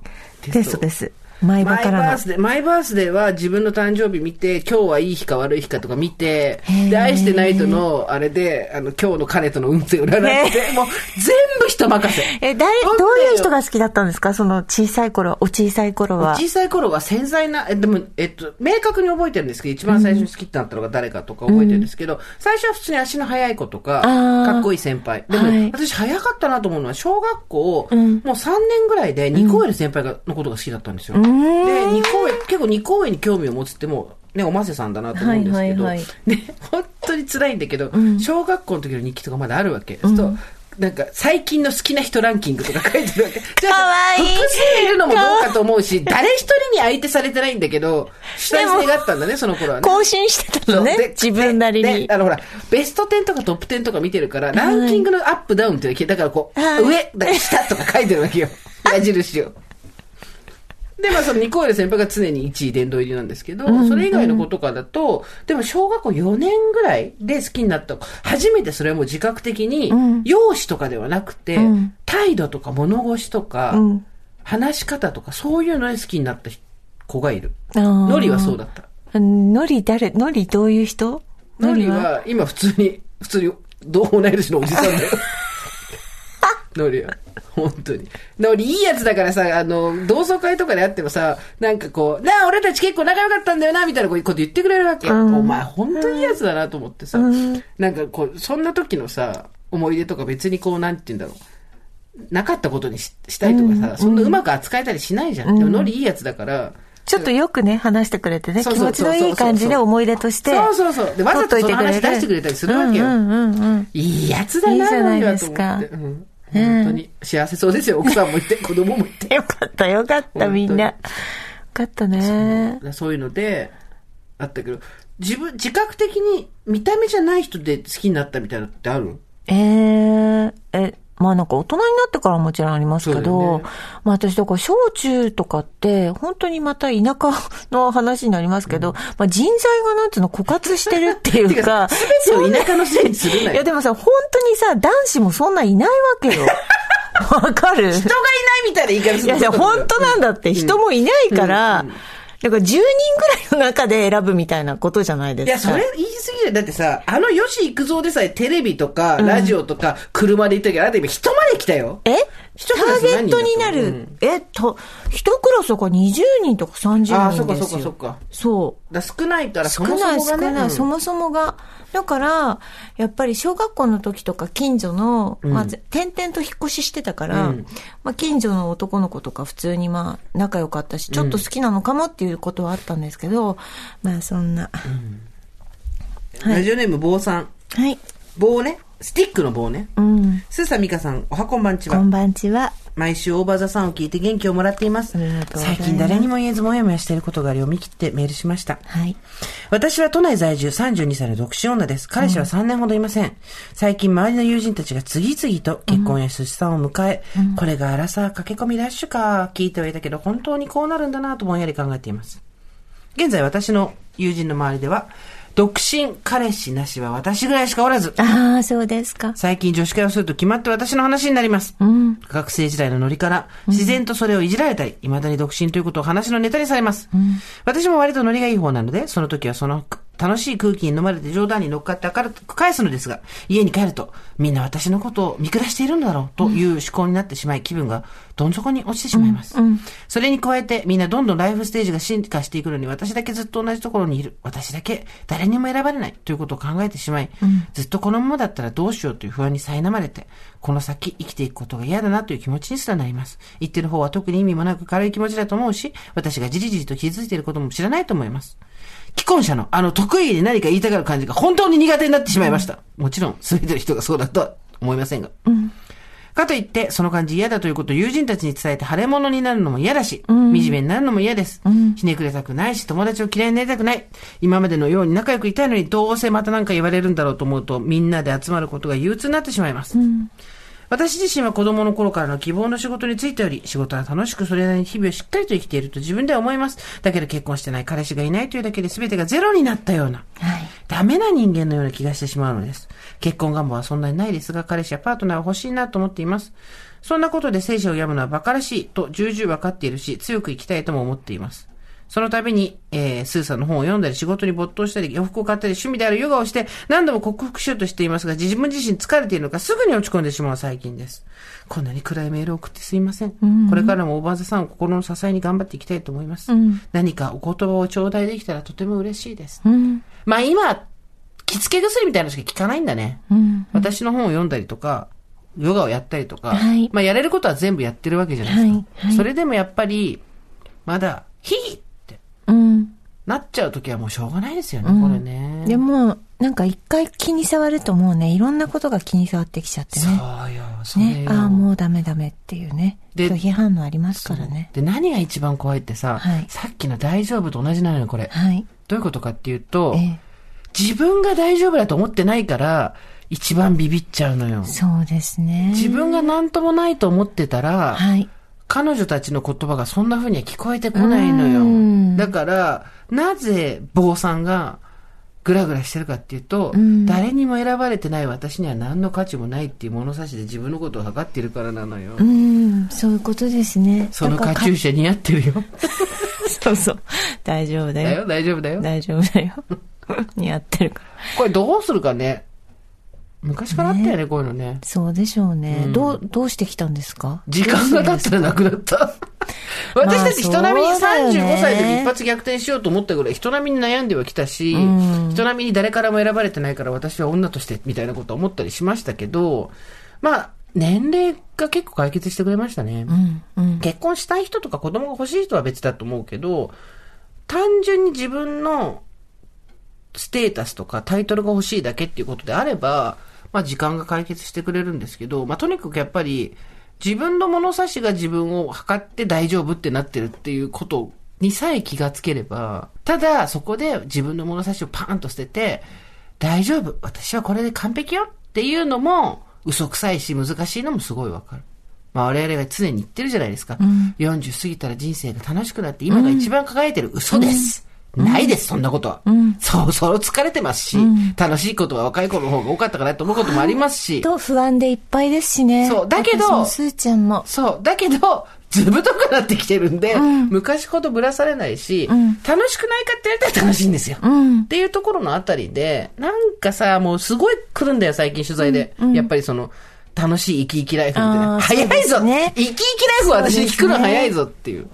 テストです。前場
マイ
から
バー
の。
スデー、マイバースデーは自分の誕生日見て、今日はいい日か悪い日かとか見て
へ、ー
で、愛してないとの、あれで、あの、今日の彼との運勢占って、もう、全部人任せ。
え、誰、
本
ど
当
う
だよ
いう人が好きだったんですかその小さい頃、お小さい頃は。
小さい頃は繊細な、え、でも、えっと、明確に覚えてるんですけど、一番最初に好きってなったのが誰かとか覚えてるんですけど、最初は普通に足の速い子とか、
あー
かっこいい先輩。でもね、
はい
私早かったなと思うのは、小学校、
うん
もう3年ぐらいで2校への先輩が、のことが好きだったんですよ。
うー
で、
ん
二公演、結構二公演に興味を持つってもう、ね、おませさんだなと思うんですけど、
はいはい
ね、本当に辛いんだけど、
ん
小学校の時の日記とかまだあるわけ。そうすると、なんか、最近の好きな人ランキングとか書いてるわ け。じゃ
かわ
あ、
いい
複数いるのもどうかと思うし、誰一人に相手されてないんだけど、主体性があったんだね、その頃はね。
更新してたの
そうで
ね。自分なり
で
に
で。あのほら、ベスト10とかトップ10とか見てるから、ランキングのアップダウンっていうのがだからこう、
はい
上、だから下とか書いてる わけよ。矢印を。で、まあそのニコール先輩が常に1位殿堂入りなんですけど、それ以外の子とかだと、でも小学校4年ぐらいで好きになった子、初めてそれはもう自覚的に、容姿とかではなくて、
うん
態度とか物腰とか、
うん
話し方とか、そういうので好きになった子がいる。ノ
ノ
リはそうだった。
うんノリ誰ノリどういう人
ノリは、今普通に、普通に、同同い年のおじさん だよ。ノリは。本当に。ノリいいやつだからさ、あの、同窓会とかであってもさ、なんかこう、なあ、俺たち結構仲良かったんだよな、みたいなこと言ってくれるわけ。
うん
お前本当にいいやつだなと思ってさ、
うん
なんかこう、そんな時のさ、思い出とか別にこう、なんて言うんだろう。なかったことにししたいとかさ、そんなうまく扱えたりしないじゃん。でもノリいいやつだから、
ちょっとよくね、話してくれてね、
そう
気
そう
持ちのいい感じで思い出として。
そうそうそう。で、わざとその話出してくれたりするわけよ。
うんうんうんうん。
いいやつだな、
いいじゃないですか
と思ってうん本当に幸せそうですよ。奥さんもいて、子供もいて。
よかったよかった、みんな。よ
本
かったね。
そういうので、あったけど、自分、自覚的に見た目じゃない人で好きになったみたいなのってある
えー、え、まあなんか大人になってからもちろんありますけ
そうだよ
ど、
ね
まあ私だから小中とかって、本当にまた田舎の話になりますけど、まあ人材がなんていうの枯渇してるってい
て
うか、
か全てを田舎のせいにするない
や
よ。人がいな
でもさ、本当にさ、男子もそんないないわ けよ。わかる
いみたいな言い方す
い
る
やいや、本当なんだって、人もいないから、だから10人ぐらいの中で選ぶみたいなことじゃないで
いや、
すか。
それ言い過ぎだよ。だってさ、あの吉幾三でさえテレビとか、ラジオとか、車で行ったけど、あなた今人まで来たよ。
え
一
タ
クラ
ー
ス
ゲ
何人だと思う
ットになる、
うん
えっと、一クラスが20人とか30人ですよ。
ああ、そっかそっかそっか。
そう
だから少ないから、そ
少
もそ
ない
も
少
がね。
ない、
うん
そもそもが。だから、やっぱり小学校の時とか近所の、まあ、転々と引っ越ししてたから、
うん
まあ近所の男の子とか普通にまあ仲良かったし、ちょっと好きなのかもっていうことはあったんですけど、まあそんな。はい
ラジオネーム、坊さん。
はい。
棒ね。スティックの棒ね。
うん。
スーさん、ミカさん、おはこんばんち
こ
は。
んばんちは。
毎週、オーバーザさんを聞いて元気をもらっています
あ。りがとうござい
最
ます。
近誰にも言えずもやもやしていることがあり、読み切ってメールしました。
はい。
私は都内在住32歳の独身女です。彼氏は3年ほどいません。最近周りの友人たちが次々と結婚や出産を迎え、これが荒さ駆け込みラッシュか、聞いてはいたけど、本当にこうなるんだなとぼんやり考えています。現在私の友人の周りでは、独身彼氏なしは私ぐらいしかおらず、
ああ、そうですか。
最近女子会をすると決まって私の話になります。
うん。
学生時代のノリから、自然とそれをいじられたり、未だに独身ということを話のネタにされます。私も割とノリがいい方なので、その時はその楽しい空気に飲まれて冗談に乗っかって明るく返すのですが、家に帰ると、みんな私のことを見下しているんだろうという思考になってしまい、気分がどん底に落ちてしまいます。それに加えて、みんなどんどんライフステージが進化していくのに、私だけずっと同じところにいる。私だけ誰にも選ばれないということを考えてしまい、ずっとこのままだったらどうしようという不安に苛まれて、この先生きていくことが嫌だなという気持ちにすらなります。言ってる方は特に意味もなく軽い気持ちだと思うし、私がじりじりと気づいていることも知らないと思います。既婚者のあの得意で何か言いたがる感じが本当に苦手になってしまいました。もちろん、すべての人がそうだとは思いませんが。
かといって、その感じ嫌だということを友人たちに伝えて腫れ物になるのも嫌だし、惨めになるのも嫌です。ひねくれたくないし、友達を嫌いになりたくない。今までのように仲良くいたいのに、どうせまた何か言われるんだろうと思うと、みんなで集まることが憂鬱になってしまいます。私自身は子供の頃からの希望の仕事についており、仕事は楽しくそれなりに日々をしっかりと生きていると自分では思います。だけど結婚してない彼氏がいないというだけで全てがゼロになったような、ダメな人間のような気がしてしまうのです。結婚願望はそんなにないですが、彼氏やパートナーは欲しいなと思っています。そんなことで生死を病むのは馬鹿らしいと重々わかっているし、強く生きたいとも思っています。その度に、えー、スーさんの本を読んだり、仕事に没頭したり、洋服を買ったり、趣味であるヨガをして、何度も克服しようとしていますが、自分自身疲れているのか、すぐに落ち込んでしまう最近です。こんなに暗いメールを送ってすいません。これからも大場さんを心の支えに頑張っていきたいと思います。何かお言葉を頂戴できたらとても嬉しいです。まあ今、着付け薬みたいなのしか効かないんだね。私の本を読んだりとか、ヨガをやったりとか、
はい
まあやれることは全部やってるわけじゃないですか。
はいはい
それでもやっぱり、まだ、ヒーって
うん。
なっちゃうときはもうしょうがないですよね、これね。
でも、なんか一回気に障るともうね、いろんなことが気に障ってきちゃって
そ
ね。
うよ、そうよ。
ね。ああ、もうダメダメっていうね。
で
拒否反応ありますからね。
で、何が一番怖いってさ、
はい
さっきの大丈夫と同じなのよ、これ。
はい。
どういうことかっていうと
え、え。
自分が大丈夫だと思ってないから、一番ビビっちゃうのよ。
そうですね。
自分が何ともないと思ってたら、
はい。
彼女たちの言葉がそんな風には聞こえてこないの
う
よ。
ん
だから、なぜ坊さんがグラグラしてるかっていうと、
ん
誰にも選ばれてない私には何の価値もないっていう物差しで自分のことを測ってるからなのよ。
うん、そういうことですね。
その
だから
カチューシャ似合ってる よ。
そうそう。大丈夫だ
だ
よ。
よ、大丈夫だよ。
大丈夫だ よ。似合ってるから。
これどうするかね。昔からあったよね、こういうのね。
そうでしょうね。どう、どうしてきたんですか
時間が経ったらなくなった。 私たち人並み
まあ
に
そうだよね
35歳で一発逆転しようと思ったぐらい人並みに悩んではきたし、人並みに誰からも選ばれてないから私は女としてみたいなこと思ったりしましたけど、まあ、年齢が結構解決してくれましたね。
うん、うん。
結婚したい人とか子供が欲しい人は別だと思うけど、単純に自分のステータスとかタイトルが欲しいだけっていうことであれば、まあ時間が解決してくれるんですけど、まあとにかくやっぱり自分の物差しが自分を測って大丈夫ってなってるっていうことにさえ気がつければ、ただそこで自分の物差しをパーンと捨てて、大丈夫私はこれで完璧よっていうのも嘘くさいし難しいのもすごいわかる。まあ我々が常に言ってるじゃないですか。40過ぎたら人生が楽しくなって今が一番輝いてる嘘です。ないです、そんなことは。そう、そろ疲れてますし、楽しいことは若い頃の方が多かったかなと思うこともありますし、
と不安でいっぱいですしね。
そうだけど
私もすーちゃんも。
そう、だけど、ずぶとくなってきてるんで、昔ほどぶらされないし、楽しくないかって言われたら楽しいんですよ。っていうところのあたりで、なんかさ、もうすごい来るんだよ、最近取材で。やっぱりその、楽しい生き生きライフみたい
あ
な。
ー
早いぞ、
そうですね
生き生きライフは私に聞くの早いぞっていう。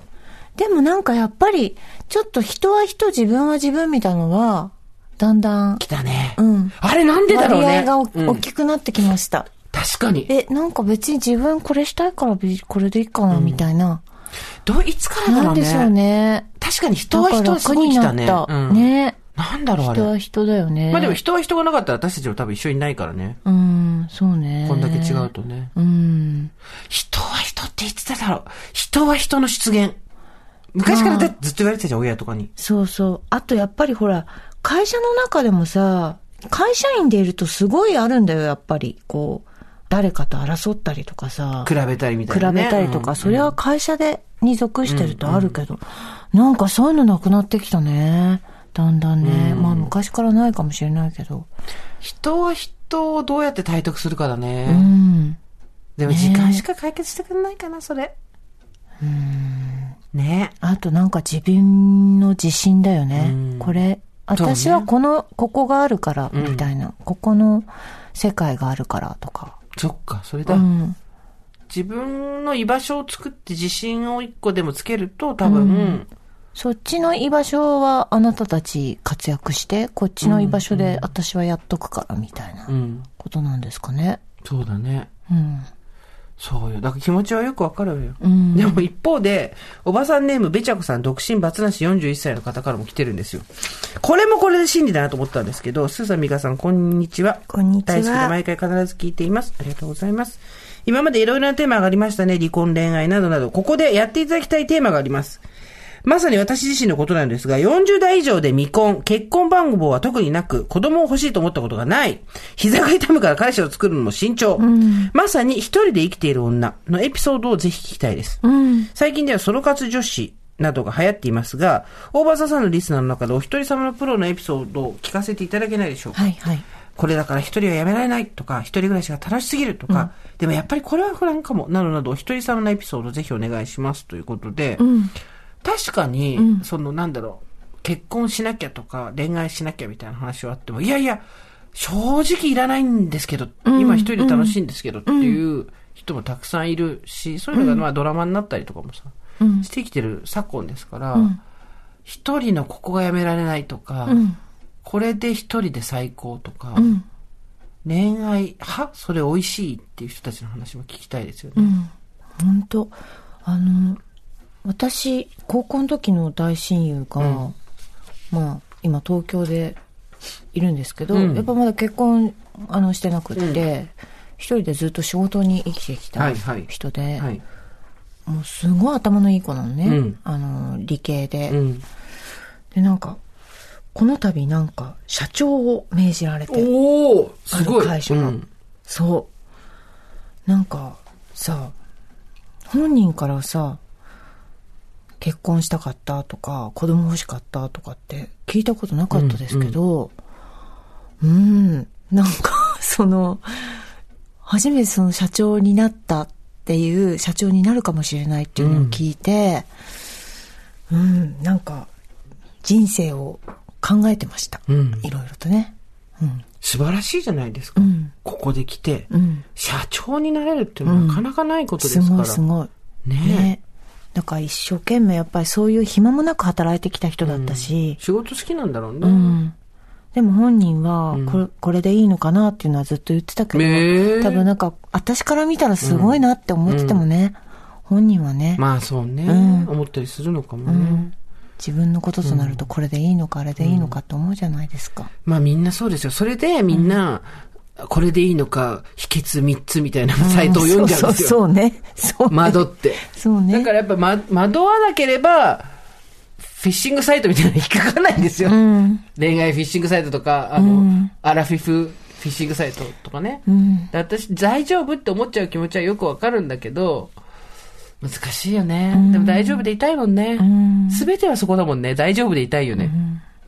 でもなんかやっぱり、ちょっと人は人、自分は自分みたいのが、だんだん
来、たね。
うん
あれなんでだろう
割
ね
合。がお
うん
大きくなってきました。
確かに。
え、なんか別に自分これしたいからびこれでいいかな、みたいな。
どう、いつからだろ
な
うんね。
でしょうね。
確かに人
だ
は
から
人はす
楽
ごい
に
来
な
た
っ
ね。
た。
うん
ね。
なんだろう、あれ
人。は人だよね。
まあでも人は人がなかったら私たちも多分一緒にいないからね。
うん、そうね。
こんだけ違うとね。
うん。
人は人って言ってただろう。人は人の出現。昔からだってずっと言われてたじゃん、親とかに。
そうそう。あとやっぱりほら、会社の中でもさ、会社員でいるとすごいあるんだよ、やっぱり。こう、誰かと争ったりとかさ、
比べたりみた
比
いな、ね。
べたりとか、
うん
それは会社でに属してるとあるけど、なんかそういうのなくなってきたね。だんだんね。まあ昔からないかもしれないけど。
人は人をどうやって体得するかだね。
うん。
でも時間しか解決してくれないかな、それ。ね
あとなんか自分の自信だよね。これ、
そうね
私はこの、ここがあるから、みたいな、ここの世界があるからとか。
そっか、それ
う
だ。
ん。
自分の居場所を作って自信を一個でもつけると、多分、
そっちの居場所はあなたたち活躍して、こっちの居場所で私はやっとくから、みたいな
うん。
ことなんですかね。
そうだね。
うん。
そうよ。だから気持ちはよくわかるよ。
うん
でも一方で、おばさんネームべちゃこさん、独身バツなし41歳の方からも来てるんですよ。これもこれで真理だなと思ったんですけど、スーさん、ミカさん、こんにちは。
こんにちは
大好きで毎回必ず聞いています。ありがとうございます。今までいろいろなテーマがありましたね。離婚、恋愛などなど。ここでやっていただきたいテーマがあります。まさに私自身のことなんですが、40代以上で未婚、結婚番号は特になく、子供を欲しいと思ったことがない。膝が痛むから彼氏を作るのも慎重。まさに一人で生きている女のエピソードをぜひ聞きたいです。最近ではソロ活女子などが流行っていますが、大場さんのリスナーの中でお一人様のプロのエピソードを聞かせていただけないでしょうか。
はいはい。
これだから一人はやめられないとか、一人暮らしが楽しすぎるとか、でもやっぱりこれは不安かも、などなど、お一人様のエピソードをぜひお願いしますということで、確かに、そのなんだろう、結婚しなきゃとか、恋愛しなきゃみたいな話はあっても、いやいや、正直いらないんですけど、今一人で楽しいんですけどっていう人もたくさんいるし、そういうのがまあドラマになったりとかもさ、してきてる昨今ですから、一人のここがやめられないとか、これで一人で最高とか、恋愛はそれ美味しいっていう人たちの話も聞きたいですよね。
本当あの私高校の時の大親友が、まあ今東京でいるんですけど、
うん
やっぱまだ結婚あのしてなくって、一人でずっと仕事に生きてきた
はいはい
人で、
はい。
もうすごい頭のいい子なのね、
うん
あの理系で、
うん。
でなんかこの度なんか社長を命じられて
おお
あ
すご
る
い
会社の、
うん
そうなんかさ本人からさ結婚したかったとか子供欲しかったとかって聞いたことなかったですけどうん,、なんか その初めてその社長になったっていう社長になるかもしれないっていうのを聞いてうんなんか人生を考えてました、
うん
いろいろとね
素晴らしいじゃないですか。ここで来て、社長になれるっていうのはなかなかないことです
す
から。
ごいすごい
ね
ね。だから一生懸命やっぱりそういう暇もなく働いてきた人だったし、
仕事好きなんだろうね。
でも本人はこれ,、これでいいのかなっていうのはずっと言ってたけど、
ねえ
多分なんか私から見たらすごいなって思っててもね、本人はね、
まあそうね、
ん
思ったりするのかもね。
自分のこととなるとこれでいいのかあれでいいのかって思うじゃないですか。
まあみんなそうですよ。それでみんな、これでいいのか、秘訣3つみたいなサイトを読んじゃうんですよ。
そうそうそうね。そうね。
窓って。
そうね。
だからやっぱ、ま、惑わなければ、フィッシングサイトみたいなのに引っかからないんですよ。恋愛フィッシングサイトとか、あの、アラフィフフィッシングサイトとかね。で私、大丈夫って思っちゃう気持ちはよくわかるんだけど、難しいよね。でも大丈夫でいたいもんね。すべ、てはそこだもんね。大丈夫でいたいよね。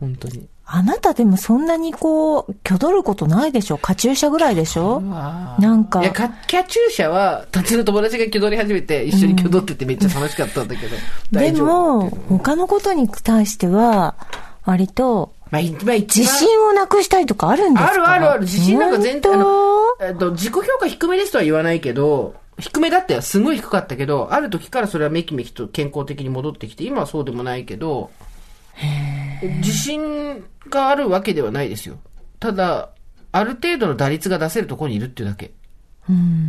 本当に。
あなたでもそんなにこう、挙取ることないでしょカチューシャぐらいでしょ
わ
なんか
いや、かキャチューシャは、達の友達が気取り始めて、一緒に気取っててめっちゃ楽しかったんだけど。
で
大丈夫
も
っていう、
他のことに対しては、割と、
まあ、いまあ、一
自
番
信をなくしたいとかあるんですか
あるあるある。自信なんか全体、あの
本、
えっと、自己評価低めですとは言わないけど、低めだったよ。すごい低かったけど、ある時からそれはめきめきと健康的に戻ってきて、今はそうでもないけど、自信があるわけではないですよ。ただ、ある程度の打率が出せるところにいるっていうだけ。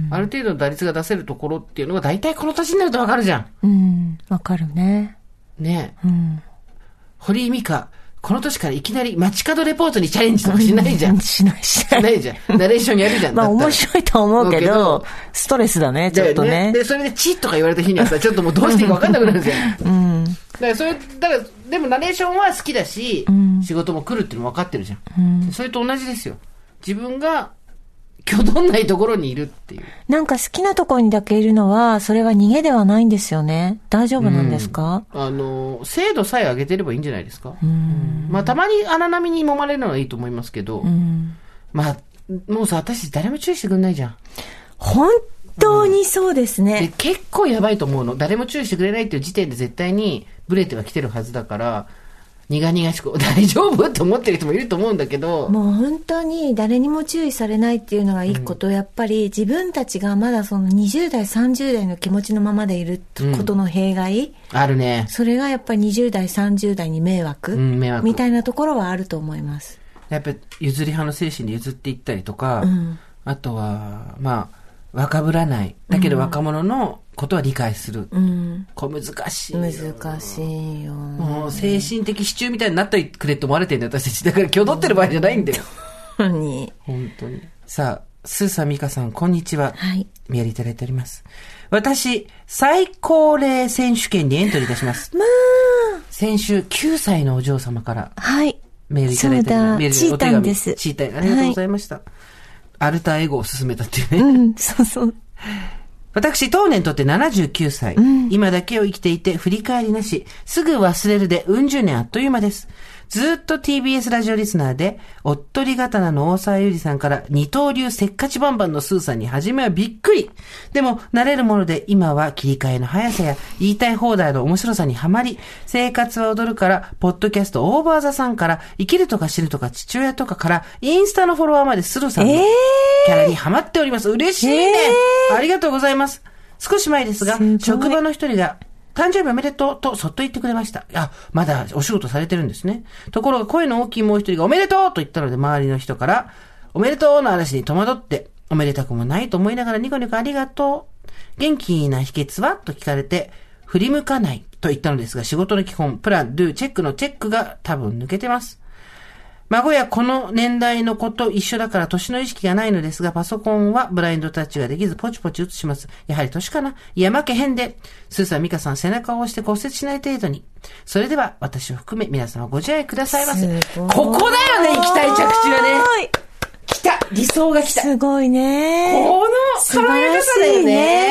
ある程度の打率が出せるところっていうのが大体この年になるとわかるじゃん。
当うん、わかるね。。
ねえ。堀井美香、この年からいきなり街角レポートにチャレンジとかしないじゃん
しないしな。
ないいじゃん。ナレーションやるじゃん。
まあ
だったら
面白いとは思うけど
思うけど、
ストレスだね、ち
だ
ょっ
よ
とね。
で、それでチッとか言われた日 にはさ、ちょっともうどうしていいか分かんなくなるじゃん。うん。だから、それ、だから、でもナレーションは好きだし、仕事も来るっていうのも分かってるじゃん。それと同じですよ。自分が、きょどんないところにいるっていう。
なんか好きなところにだけいるのは、それは逃げではないんですよね。大丈夫なんですか
あの、精度さえ上げてればいいんじゃないですか。まあ、たまに荒波に揉まれるのはいいと思いますけど、まあ、もうさ、私誰も注意してくんないじゃん。
本当にそうです
で
ね。
結構やばいと思うの。誰も注意してくれないっていう時点で絶対にブレては来てるはずだから、苦々しく、 大丈夫と思ってる人もいると思うんだけど、
もう本当に誰にも注意されないっていうのがいいこと、やっぱり自分たちがまだその20代、30代の気持ちのままでいることの弊害、
あるね。
それがやっぱり20代、30代に迷惑,、
うん迷惑
みたいなところはあると思います。
やっぱり譲り派の精神で譲っていったりとか、あとは、まあ、若ぶらない。だけど若者のことは理解する。
うん。
これ難しいよ。
難しいよ。
もう精神的支柱みたいになってくれって思われてるんだよ、私たち。だから、気を取ってる場合じゃないんだよ。
本当に。
本当に。さあ、スーさん、ミカさん、こんにちは。
はい。
メールいただいております。私、最高齢選手権にエントリーいた します。
まあ、
先週、9歳のお嬢様から
はい。
メールいただいており
そう
ま
だ
す。メール
チータンです
チータン、ありがとうございました。アルターエゴを勧めたっていうね。
うん、そうそう。
私、当年とって79歳、今だけを生きていて、振り返りなし。すぐ忘れるで、うん十年あっという間です。ずっと TBS ラジオリスナーで、おっとり刀の大沢ゆりさんから、二刀流せっかちバンバンのスーさんに初めはびっくり。でも、慣れるもので、今は切り替えの速さや、言いたい放題の面白さにはまり、生活は踊るから、ポッドキャストオーバーザさんから、生きるとか死ぬとか父親とかから、インスタのフォロワーまでスルさんの
ええ
キャラにハマっております。嬉しいね。ありがとうございます。少し前ですが、
すごい
職場の一人が、誕生日おめでとうとそっと言ってくれました。あ、まだお仕事されてるんですね。ところが声の大きいもう一人がおめでとうと言ったので周りの人から、おめでとうの嵐に戸惑って、おめでたくもないと思いながらニコニコありがとう。元気な秘訣はと聞かれて、振り向かないと言ったのですが、仕事の基本、プラン、ドゥ、チェックのチェックが多分抜けてます。孫やこの年代の子と一緒だから年の意識がないのですが、パソコンはブラインドタッチができず、ポチポチ映します。やはり年かないや、負けへんで。スーさん、ミカさん、背中を押して骨折しない程度に。それでは、私を含め皆様ご自愛くださいませ。ここだよね、行きたい着地はね。
ね。
来た理想が来た
すごいね。
この
素晴ら
輝か
しい
さだよ
ね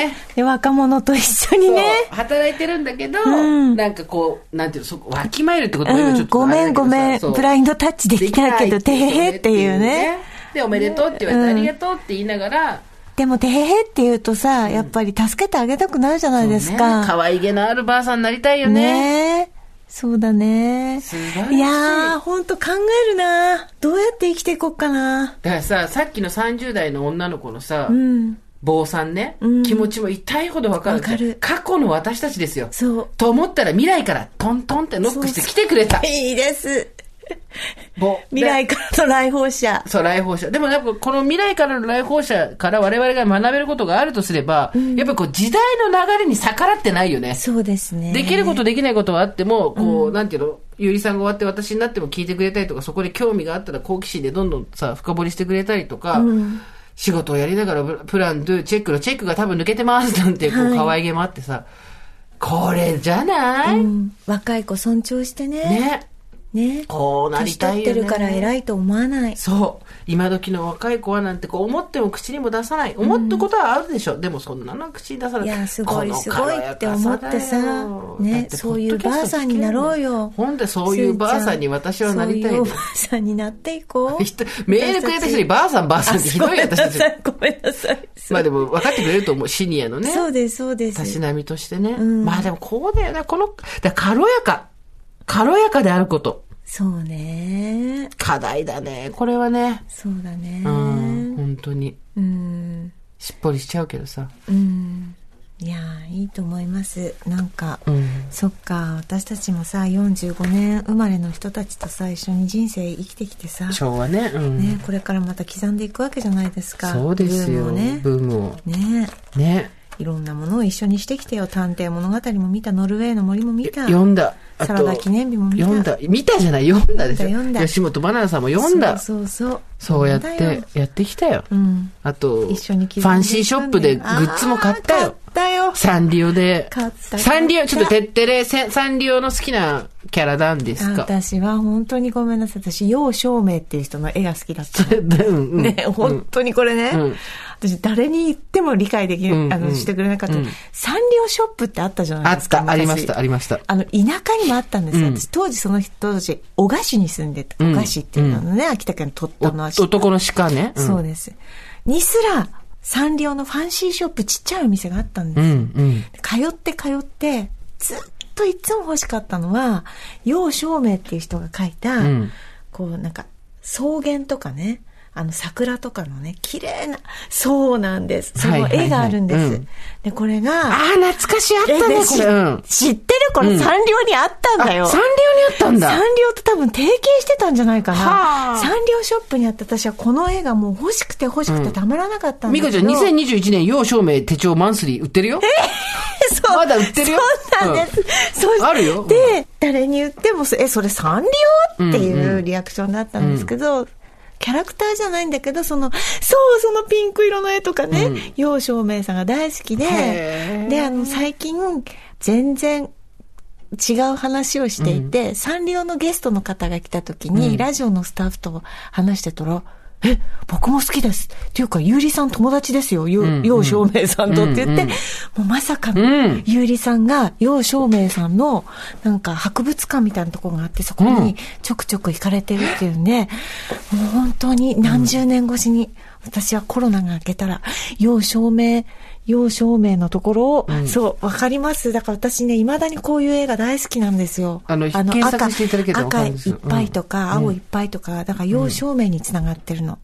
ね。
で、若者と一緒にね。
そう働いてるんだけど、
ん
なんかこう、なんていうの、そこ、わきまえるってことも今
う
ちょ
ん、
っと
ご
あれだ
め
け
ん
どさ
ごめん、
そう
ブラインドタッチできないけど、てへへっていうね。。
で、おめでとうって言われて、ありがとうって言いながら、
でも、てへへって言うとさ、やっぱり助けてあげたくなるじゃないです
ね可
か。
愛げのあるばあさんになりたいよね。
ねえ。そうだね。
素晴らしい
いやー、ほんと考えるなどうやって生きていこうかな
だからさ、さっきの30代の女の子のさ
う、ん。
坊さんね
うん、
気持ちも痛いほどわかる
わかる。
過去の私たちですよ。
そう。
と思ったら未来からトントンってノックして来てくれた。
いいです。
ぼ
未来からの来訪者。
そう、来訪者。でもやっぱこの未来からの来訪者から我々が学べることがあるとすれば、やっぱこう時代の流れに逆らってないよね。
そうですね。
できることできないことはあっても、こう、なんていうの、ゆりさんが終わって私になっても聞いてくれたりとか、そこで興味があったら好奇心でどんどんさ、深掘りしてくれたりとか、仕事をやりながらブプラン、ドゥ、チェックのチェックが多分抜けてますなんて、こう、可愛げもあってさ、これじゃない、
うん若い子尊重してね。
ね。
ね。
こうなり
年
たい
取
よ
っ
ね。
てるから偉いと思わない。
そう今時の若い子はなんてこう思っても口にも出さない思ったことはあるでしょ、でもそんなのは口に出さない
いや、す
こ
ごい
の
すごいって思って
軽や
さ
かさ、だよだっ
ね、
て
そういうばあさんになろうよ。
ほんでそういうばあさんに私はなりたい
そう
の
いうばあさんになってい こう。
人メールくれた人にばあさんばあさんってひどい
あ
私たち
ごめんなさい。ごめんなさい。
まあでも分かってくれると思うシニアのね
そうです、そうで
たし
す。
なみとしてね、
ん
まあでもこうだよなこのだから軽やか軽やかであること
そうね。
課題だねこれはね
そうだね。
うん本当に
うん。
しっぽりしちゃうけどさ
うん。いやー、いいと思います。なんか。
うん
そっか私たちもさ45年生まれの人たちとさ一緒に人生生きてきてさ、
昭和ねうん
ね、これからまた刻んでいくわけじゃないですか
そうですよ
ブームをね
ブームを
ね
ね
いろんなものを一緒にしてきてよ探偵物語も見たノルウェーの森も見た
読んだあ
サラダ記念日も見た
読んだ見たじゃない読んだでしょ
読んだ読んだ
吉本ばなナさんも読んだそう
そうそうそう
やっ
そうだ
て
よ
やってきたよ、
うん
あと
一緒に刻んでいくん
フ
だよ
ァンシーショップでグッズも買ったよ
あー買ったよ
サンリオで
買った
サンリオちょっと
買
てってれせサンリオの好きなキャラなんですか
私は本当にごめんなさい私楊照明っていう人の絵が好きだったの
うん うん
ね、本当にこれね、
うん
私誰に言っても理解できる、
うん
あ
う
の、
ん
してくれなかった、
うん
サンリオショップってあったじゃないですか。
あったありました
昔
ありました
あの、田舎にもあったんですよ。
うん
私、当時その人当時、小菓子に住んでた。
うん
小菓子っていうのね、秋田県鳥
お
取の足、
男の鹿ね、うん、
そうです。にすら、サンリオのファンシーショップちっちゃいお店があったんです
う
よ。
んうん
通って通って、ずっといつも欲しかったのは、楊照明っていう人が書いた、
うん
こうなんか、草原とかね、あの桜とかのね、綺麗な、そうなんです。そ
はい
の
はいはい
絵があるんです。
うん
で、これが、
ああ懐かしいあったね
えで
これ、うん、
知知ってるこれ、
うん
サンリオにあったんだよ。
あサンリオにあったんだ
サンリオと多分提携してたんじゃないか
は
な。
あ
サンリオショップにあった私はこの絵がもう欲しくて欲しくてたまらなかったんだ
ミ
けど、
カちゃん、2021年、要証明手帳マンスリー売ってるよ。
そう
まだ売ってるよ
そうなんです。そう
あるよ
で、誰に言っても、え、それサンリオっていうリアクションだったんですけど、キャラクターじゃないんだけど、その、そう、そのピンク色の絵とかね、楊照明さんが大好き
へ
で
ー、
で、あの、最近、全然、違う話をしていて、サンリオのゲストの方が来た時に、ラジオのスタッフと話してたら、え、僕も好きです。っていうか、ゆうりさん友達ですよ。よ
んうん
楊照明さんとって言って、
うんうん
もうまさか
うん
ゆうりさんが、楊照明さんの、なんか博物館みたいなところがあって、そこにちょくちょく行かれてるっていうんで、もう本当に何十年越しに、私はコロナが明けたら、楊照明、楊照明のところを、そう、わかります。だから私ね、未だにこういう映画大好きなんですよ。
あの検索していただけたらわか
赤
る
い
ん
っ
ですよ
ぱいとか、青いっぱいとか、だから楊照明につながってるの。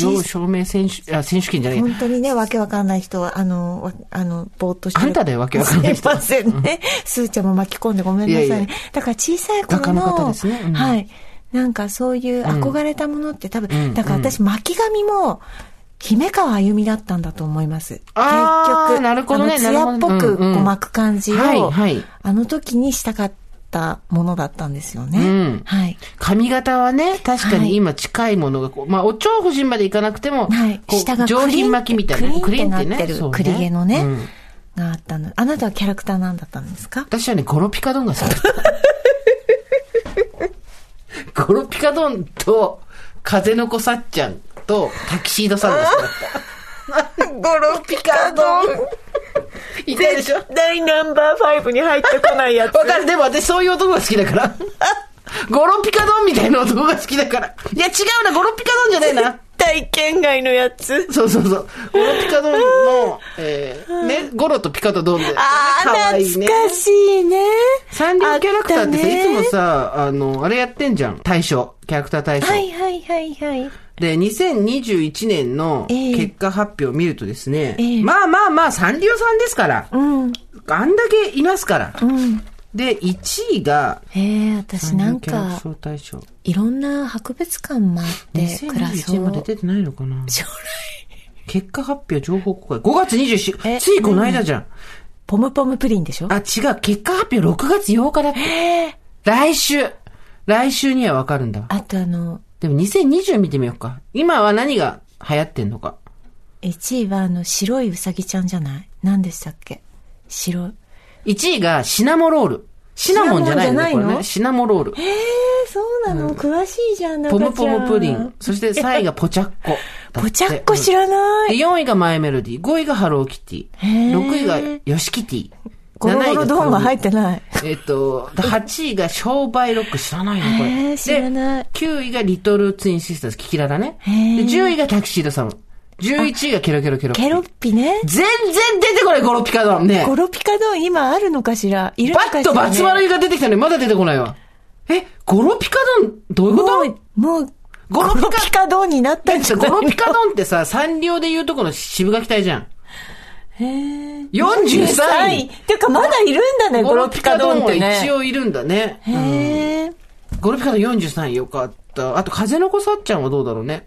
要証明選手、あ、選手権じゃない
本。当にね、わけわかんない人は、あの、わあの、ぼーっとしてる。
あんただよわけわかんない人
すいませんね。すーちゃんも巻き込んでごめんなさいね。
いやいや
だから小さい頃
画
の、
家の方ですねうん
はい。なんかそういう憧れたものって多分、
うん
だから私巻き髪も、姫川あゆみだったんだと思います。
あー
結局、
なるほどね
あの艶っぽ
なるほど
くこ
うんう
うん巻く感じを、
はいはい
あの時にしたかったものだったんですよね。
うん
はい。
髪型はね、確かに今近いものがこう、まあ、お蝶夫人までいかなくても、
はい。
こう
下がクリ
上
ーン
品巻きみたいな、
クリーンってなってる、
そうね
クリ毛のね、
うん
があったの。あなたはキャラクターなんだったんですか
私はね、ゴロピカドン が好きだった。ゴロピカドンと、風の子さっちゃんと、タキシードさんが好きだった。
ゴロピカドン
いたでしょ
第ナンバーファイブに入ってこないやつ。
わかる、でも私そういう男が好きだから。 ゴロピカドンみたいな男が好きだから。いや違うな、ゴロピカドンじゃないな。
体験外のや つ。
そうそうそう。ゴロピカドンの、えー、ね、ゴロとピカとドンで。
あ
かわ
あ、
いい
懐かしいね。
サンリオキャラクター
あた
ってさ、
ね
いつもさ、あの、あれやってんじゃん。大賞。キャラクター大賞。
はいはいはいはい。
で、2021年の
ええ
結果発表を見るとですね、
ええ
まあまあまあ、サンリオさんですから、
うん。
あんだけいますから。
うん。
で、1位が、
ええ私なん
サンリオキャラク
か、
ター大賞。
いろんな博物館もあって、暮ら
2021
そ
年まで
う。
出てないのかな
将来。
結果発表情報公開。5月27
え
日、ついこの間じゃん。
ポムポムプリンでしょ
あ、違う。結果発表6月8日だって。来週。来週にはわかるんだわ。
あとあの、
でも2020見てみようか。今は何が流行ってんのか。
1位はあの、白いウサギちゃんじゃない何でしたっけ白い。
1位がシナモロール。シナモンじゃないのね
シナモンじゃないの
これね。シナモロール。
え、そうなの、詳しいじゃん、
ポムポムプリン。そして3位
が。
がポチャッコ。
ぽちゃっこ知
ら
らな
で、
い。
4位がマイメロディ。5位がハローキテ
へ
ィ。
ー
6位がヨシキティ。
ゴロゴロドーンは入ってない。
えっと、で8位が商売ロック知らないのこれ。
へー知らない
で9位がリトルツインシスターズ、キキララね。で、
ー
10位がタキシードサム。11位がケロケロケロ。
ケロッピね。
全然出てこない、ゴロピカドンね
ゴ。ロピカドン今あるのかしらいるの
バ
かしら、
ッ
ね、
とバツ丸が出てきたのにまだ出てこないわ。え、ゴロピカドン、どういうこと
もう、もう、
ゴ
ゴ
ロ
ロ
ピカ
ピカドンになったんじゃな
ゴ
い
ロピカドンっ てさ、サンリオで言うとこの渋垣隊じゃん。へ43位。
ていうかまだいるんだね、
ゴ
ゴ
ロ
ロ
ピ
ピ
カ
カ
ド
ドン
ン
っ
は
てね。
一応いるんだね。
へえ。
ゴロピカドン43位よかった。あと、風の子さっちゃんはどうだろうね。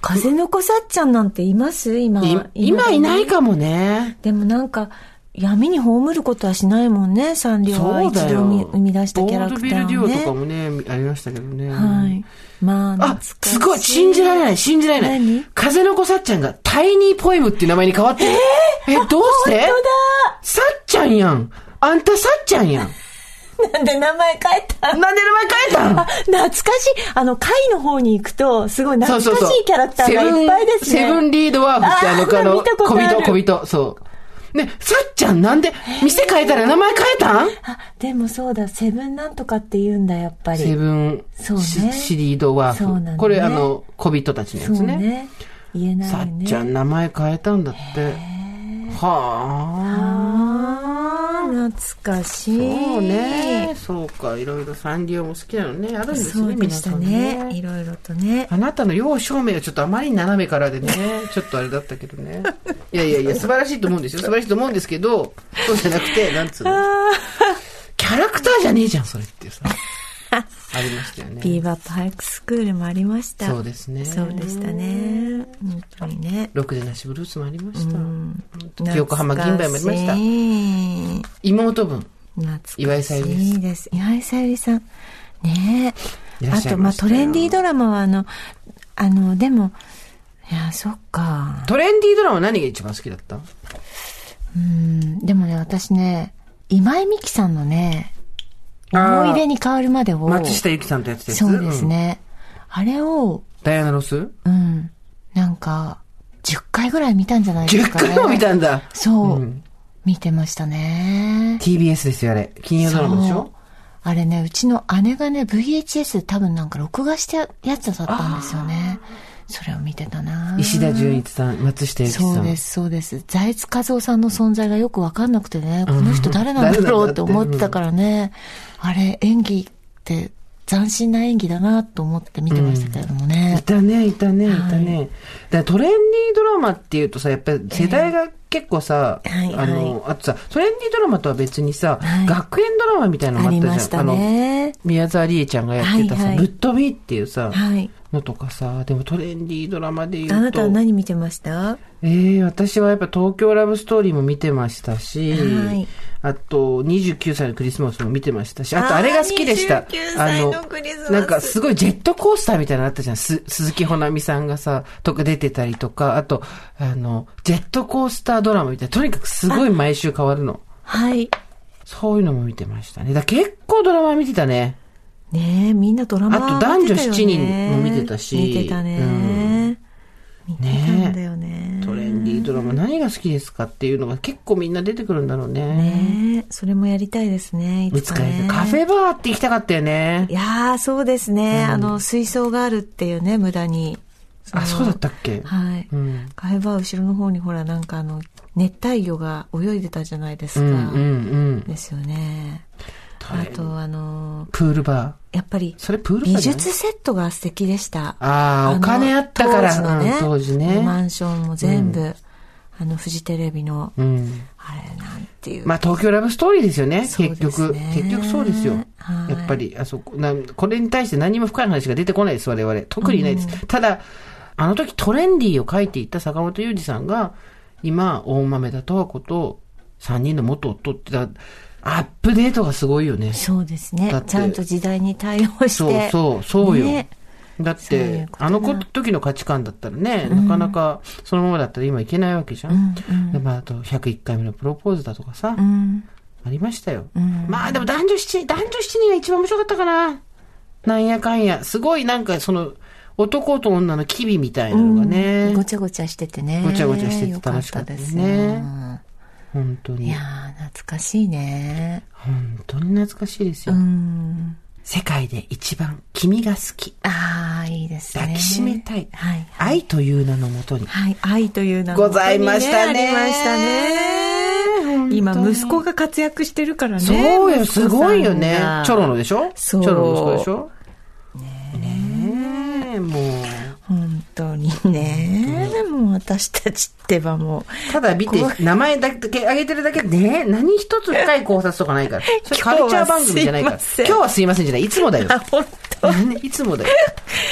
風の子さっちゃんなんています今
い。今いない。かもね。
でもなんか、闇に葬ることはしないもんね、サンリオは
そう
一
だ
度
よ。
生み出したキャラクター
ボード
を
ビルデュオとか
ね。
もね、ありましたけどね。
はい。まあ、懐
あ、
かし
すごい、信じられない、信じられない。
何
風の子さっちゃんがタイニーポエムっていう名前に変わってる。えどうして
本
さっちゃんやん。あんたさっちゃんやん。
当だなんで名前変えた
なんで名前変えた
あ
ん
懐かしい。あの、会の方に行くと、すごい懐
そうそう
か
そう
しいキャラクターがいっぱいですね。
セブンセブンリードワーフってあの、あ
あ
の
見たことある
小人、小人、そう。ね、さっちゃんなんで、店変えたら名前変えたん
あ、でもそうだ、セブンなんとかって言うんだ、やっぱり。
セブン
そうね
シシリードワ
そうなん
ー
だ
フ。
ね
これあの、小人たちのやつ
そう
ね。
ね。言えない
さ
よ
っ
ね。
ちゃん名前変えたんだって。はあ。
あー懐かしい。
そうね。。そうか。いろいろサンリオも好きなのね。あるんです
そ
ね、
うで
皆
し
さ
た
ん
ね。い
ね。
ろいろとね。
あなたの要証明がちょっとあまりに斜めからでね、 ちょっとあれだったけどね。いやいやいや、素晴らしいと思 うんですよ。素晴らしいと思うんですけど、そうじゃなくて、なんつうの。キャラクターじゃねえじゃん、それっていうさ。ありましたよ
ビ
ね。
ーバップハイクスクールもありました。
そうですね。
そうでした。ね。本当にね。
ろくでなしブルースもありました。
懐かしい
横浜銀杯もありました妹分。
懐か
岩井さゆり
しいです。岩井さゆりさん。ねえ
いらっ
あ
しゃい
と、ま
ま
あ、
した
ト
よ
レンディードラマは、あの、あの、でも、いや、そっか。
トレンディードラマ何が一番好きだった
うん、でもね、私ね、今井美樹さんのね、思い出に変わるまでを。
松下由紀さんとやってたやつ
そうです
ん
ね。あれを、
ダイアナ・ロス
うん、なんか、10回ぐらい見たんじゃないです
?10
かね。
回も見たんだ。
そう、
うん
見てましたね。
TBS ですよ、あれ。金曜ドラマでし
そう
ょ
あれね、うちの姉がね、VHS 多分なんか録画してやつだったんですよね。それを見てたな
石田純一さん、松下由紀さん。
そうです、そうです。財津和夫さんの存在がよくわかんなくてね、この人誰なんだろうって思ってたからね、あれ演技って斬新な演技だなと思って見てましたけれども
い
ね。
たね、いたね、いたね。だからトレンディードラマっていうとさ、やっぱり世代が結構さ、
はい
あの、あとさ、トレンディードラマとは別にさ、
はい
学園ドラマみたいなのも
あ
あ
り
った
ま
じゃ
し
ん。
たね。
の、宮沢りえちゃんがやってたさ、
はいはい
ぶっ飛びっていうさ、
はい。
のとかさ、でもトレンディードラマで言うと。
あなたは何見てました
えー、私はやっぱ東京ラブストーリーも見てましたし、
はい
あと29歳のクリスマスも見てましたし、あと
あー
あれが好きでした。
29歳のクリスマス
あのなんかすごいジェットコースターみたいなのあったじゃん。す鈴木保奈美さんがさ、とか出てたりとか、あと、あの、ジェットコースタードラマみたいな、とにかくすごい毎週変わるの。
はい。
そういうのも見てましたね。だから結構ドラマ見てたね。
ねえ、みんなドラマ
あと男女七人も見てたし
見てた
う
ね。見てたんだよ
トレ
ね。
ンディードラマ何が好きですかっていうのが結構みんな出てくるんだろうね。
ねえ、それもやりたいですね。い
い
つ
つ
か
か
ね。
カフェバーって行きたかったよね
い。やー、そうですね。あの、水槽があるっていうね、無駄に。
あ、そうだったっけ
はい。
うん。
カフェバー後ろの方にほら、なんかあの、熱帯魚が泳いでたじゃないです
う
か。
んうん
ですよね。あ
うん。
と、あの、
プールバ
やっぱり
ー。、それプールバー
美
じゃない
術セットが素敵でした。
ああ、
の
お金あったから。
当時のね
うん、当時ね。
マンションも全部、あの、フジテレビの、
うん。
あれなんていう。
まあ、東京ラブストーリーですよね。
そうで
結
すね
局。結局そうですよ。
はい
やっぱり、あそこ、なんこれに対して何も深い話が出てこないです、我々。特にないです。ただ、あの時トレンディーを書いていた坂本裕二さんが、今、大豆田十和子と3人の元夫って、だアップデートがすごいよね。
そうですね
だっ。て
ちゃんと時代に対応し
そう
て。
そう、そうよ。
ね
だっ
そうい
て
う、ことだ
あのこ時の価値観だったらね、なかなかそのままだったら今いけないわけじゃん。でまあ、あと101回目のプロポーズだとかさ、
うん。
ありましたよ。まあでも男女七人、男女七人が一番面白かったかな。なんやかんや。すごいなんかその、男と女の機微みたいなのがね、
ごちゃごちゃしててね。
ごちゃごちゃしてて
よか
楽
っ
しか
た
った
で
です
す
ね
ね。
本当
い
に
や。ー、懐かしいね。
本当に懐かしいですよ。
うん。
世界で一番君が好き。
あー、いいですね。
抱きしめたい
はい。
愛という名のもとに。
はい。愛という名の
ございましたね
ありました
本当
ね。
に
今、息子が活躍してるからね。
そうよ、
息子さんが
すごいよね。チョロのでしょ
そう
チョロの息子でしょねえ、もう。
本当にね。でも私たちってばもう。
ただ見て
怖、
名前だけ挙げてるだけでね、何一つ深い考察とかない から。それカルチャー番組じゃないから。
今
今
日
日はすいませんじゃない、いつもだよ。
あ、本当。
ねいつもだよ。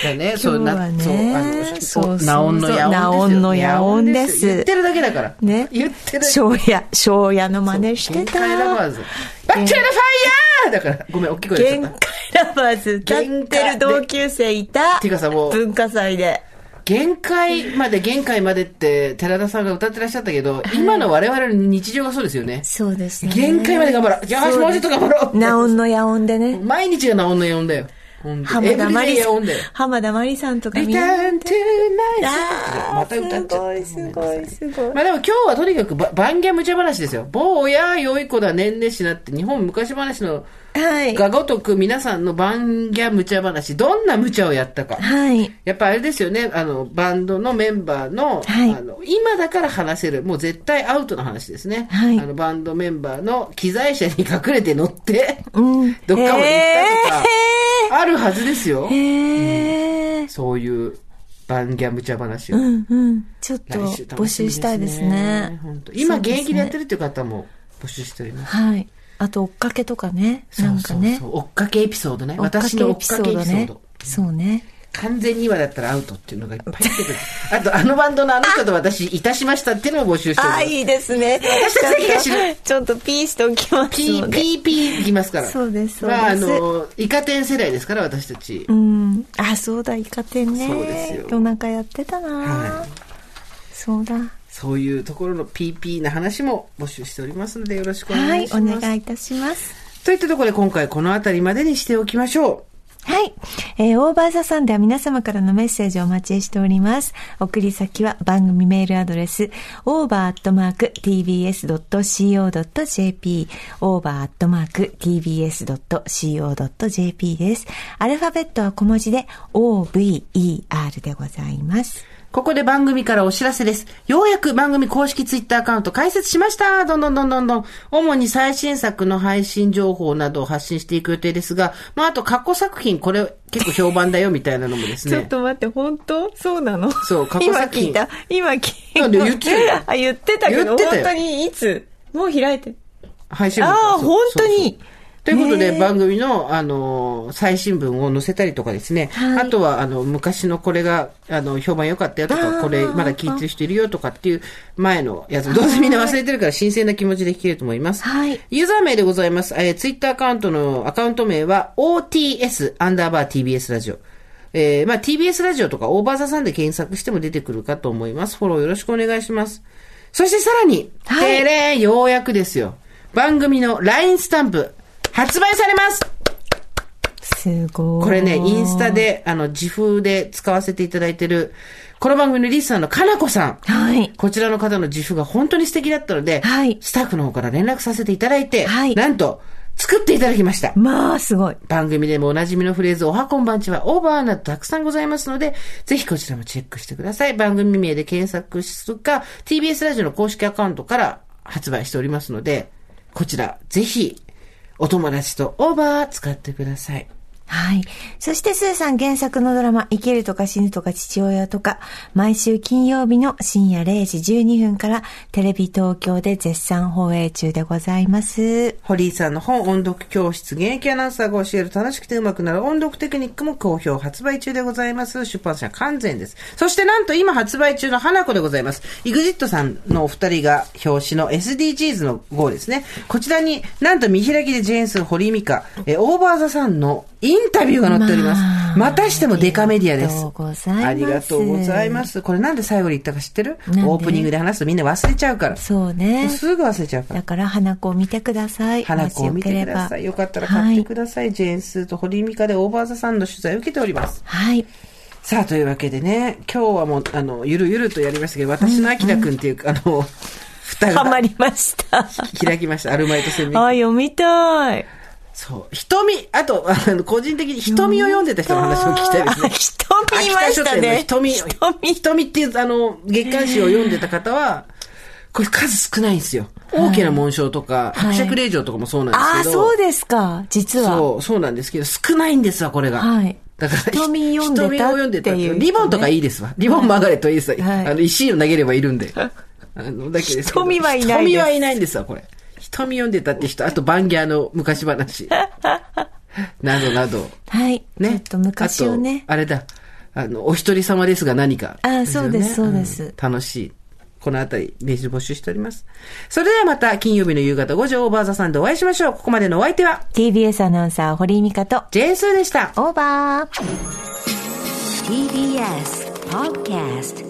だね、そう、
今日
な
は、ね
そう、
そうそう
なおんのやおんですよ。
ナオンのヤオンです
言ってるだけだから。
ね。
言ってるだけ。
庄屋、庄屋の真似してた。
限界ラバーズ。バッチャーのファイヤーだから、ごめん、大きい声出
限
ちゃ
界
った。
ラバーズ歌ってる同級生いた。
ていうかさもう
文化祭で。
限界まで限界までって寺田さんが歌ってらっしゃったけど、今の我々の日常がそうですよね。
そうです
限界まで頑張ろう。じゃあ、もうちょっと頑張ろう。
ナオンの野音でね。
毎日がなおんの呼んだよ。本当に
浜田真理
エブリデイ
さ
呼
ん
んだよ。。
浜田真理さんとかん
リタ
な
ーントゥーナイ
あー
ス。また歌っちゃった。
すごい、すごい、すごい。
まあでも今日はとにかくば番家無茶話ですよ。坊や良い子だ年々しなって日本昔話の
はい。
がごとく皆さんの番家無茶話、どんな無茶をやったか。
はい。
やっぱあれですよね、あの、バンドのメンバーの、
はい
あの、今だから話せる、もう絶対アウトの話ですね。
はい
あの、バンドメンバーの機材車に隠れて乗って、
うん。
どっかまで行ったとか
へ
あるはずですよ
ー。へー。
そういう、バンギャムチャ話を。
うんうん。ちょっと
来週
募
楽しみ
集したいですね。
本当今、
そう
現
ですね
役でやってるっていう方も募集しております。
はい。あと、追っかけとかね。なんかね
そう。そうそう追っかけエピソードね。
追っか
私
けエ
の追っ
ピソ
か
ー
けエ
ド
ピソー
ね
ド。。
そうね。
完全に今だったらアウトっていうのがいっぱい出てくる。あと、あのバンドのあの人と私、いたしましたっていうのも募集しており
あ
ま
あ、
す。
いいですね。
私たちだけが知
ち
る
ょっとちょっとピーしておきます
ピ
の
ー、
で。
ピー、ピーいきますから。
そうですそうです
まあ、あの、イカ天世代ですから、私たち。
うん。あ、そうだ、イカ天ね。
そうですよ
夜中やってたな、
は
そうだ。
そういうところの PP な話も募集しておりますのでよろしくお
は
願
い、
いし
お
ます。
願いいたします。
といったところで今回この辺りまでにしておきましょ
はい。えー、オーバーザさんでは皆様からのメッセージをお待ちしております。送り先は番組メールアドレス、over.tbs.co.jp、over.tbs.co.jp です。アルファベットは小文字で over でございます。
う。ここで番組からお知らせです。ようやく番組公式ツイッターアカウント開設しましたどんどんどんどんどん。主に最新作の配信情報などを発信していく予定ですが、まああと過去作品これ結構評判だよみたいなのもですね。
と待って、本当そうなの
そう過去作品
今聞いた。今聞い
な
た。
んで言ってたよ
あ、言ってたけ
言
ど、
ってた
本
よ
当にいつもう開いて。
配信
あ
分から
あ、
そう
本当
そうそう
に。
ということで、
ねえ
番組の、あのー、最新聞を載せたりとかですね。
はい
あとは、あの、昔のこれが、あの、評判良かったよと
あ
か、
ー
これまだ聞いてる人いるよとかっていう前のやつ、どうせみんな忘れてるから新鮮な気持ちで聞けると思います。
はい
ユーザー名でございます。えー、ツイッターアカウントのアカウント名は OTS アンダーバー TBS ラジオ。えー、まあ TBS ラジオとかオーバーザさんで検索しても出てくるかと思います。フォローよろしくお願いします。そしてさらに、
はい
てれーようやくですよ。番組の LINE スタンプ、発売されます
すごい。
これね、インスタ。で、あの、自風で使わせていただいてる、この番組のリスナーのかなこさん。
はい。
こちらの方の自負が本当に素敵だったので、
はい
スタッフの方から連絡させていただいて、
はい
なんと、作っていただきました。
まあ、すごい。
番組でもおなじみのフレーズ、おはこんばんちはオーバーなどたくさんございますので、ぜひこちらもチェックしてください。番組名で検索するか、TBS ラジオの公式アカウントから発売しておりますので、こちら、ぜひ、お友達とオーバー使ってください。
はい。そして、スーさん原作のドラマ、生きるとか死ぬとか父親とか、毎週金曜日の深夜0時12分から、テレビ東京で絶賛放映中でございます。
堀井さんの本音読教室現役アナウンサーが教える楽しくてうまくなる音読テクニックも好評発売中でございます。出版社完全です。そしてなんと今発売中の花子でございます。EXIT さんのお二人が表紙の SDGs の号ですね。こちらになんと見開きでジェーンス堀井美香、えーオーバーザさんのインタビューが載っております。
まあ
またしてもデカメディアです。
あ
あ
り
り
が
が
と
と
う
う
ご
ご
ざ
ざ
い
い
ま
ます。これなんで最後に言ったか知ってる
なんで
オープニングで話すとみんな忘れちゃうから。
そうね。
すぐ忘れちゃうから。
だから、花子を見てください。
花子を見てください。よ
もし
かったら買ってく
だ
ださい。ジェーンスーと堀井美香でオーバーザさんの取材を受けております。
さい。はい。
さあ、というわけでね、今日はもう、あの、ゆるゆるとやりましたけど、私のあきらくんっていう、あ の、蓋
はま
が
りま した。
開きました。アルマイト戦
あ、
略。
読みたい。
そう。瞳、あと、あの、個人的に瞳を読んでた人の話を聞きたいですね。
あ瞳いましたね。
秋田書店の
瞳
瞳、瞳っていう、あの、月刊誌を読んでた方は、これ数少ないんですよ。大きな紋章とか、伯爵令嬢とかもそうなん
あ
で
あ、
すけど。
そうですか。実は。
そう、そうなんですけど、少ないんですわ、これが。
はい
だから、
瞳読んでたっていう
瞳を読んでたっていう
人ね
リボンとかいいですわ。リボン曲がれといいですわ。
はい
あの、石を投げればいるんで。 あの、だけですけど
瞳はいないです
瞳はいないんですわ、これ。瞳読んでたっ て人、あと、バンギャーの昔話。 などなど。
はい。
ね。
ちょっと昔をね
あ。とあれだ。あの、お一人様ですが何か。
あそうです
よ
そ
ね
うです
ん楽しい。このあたり、メール募集しております。それではまた、金曜日の夕方5時、オーバーザさんでお会いしましょう。ここまでのお相手は、
TBS アナウンサー、堀井美香と、
ジェーンスーでした。
オーバー。
TBS Podcast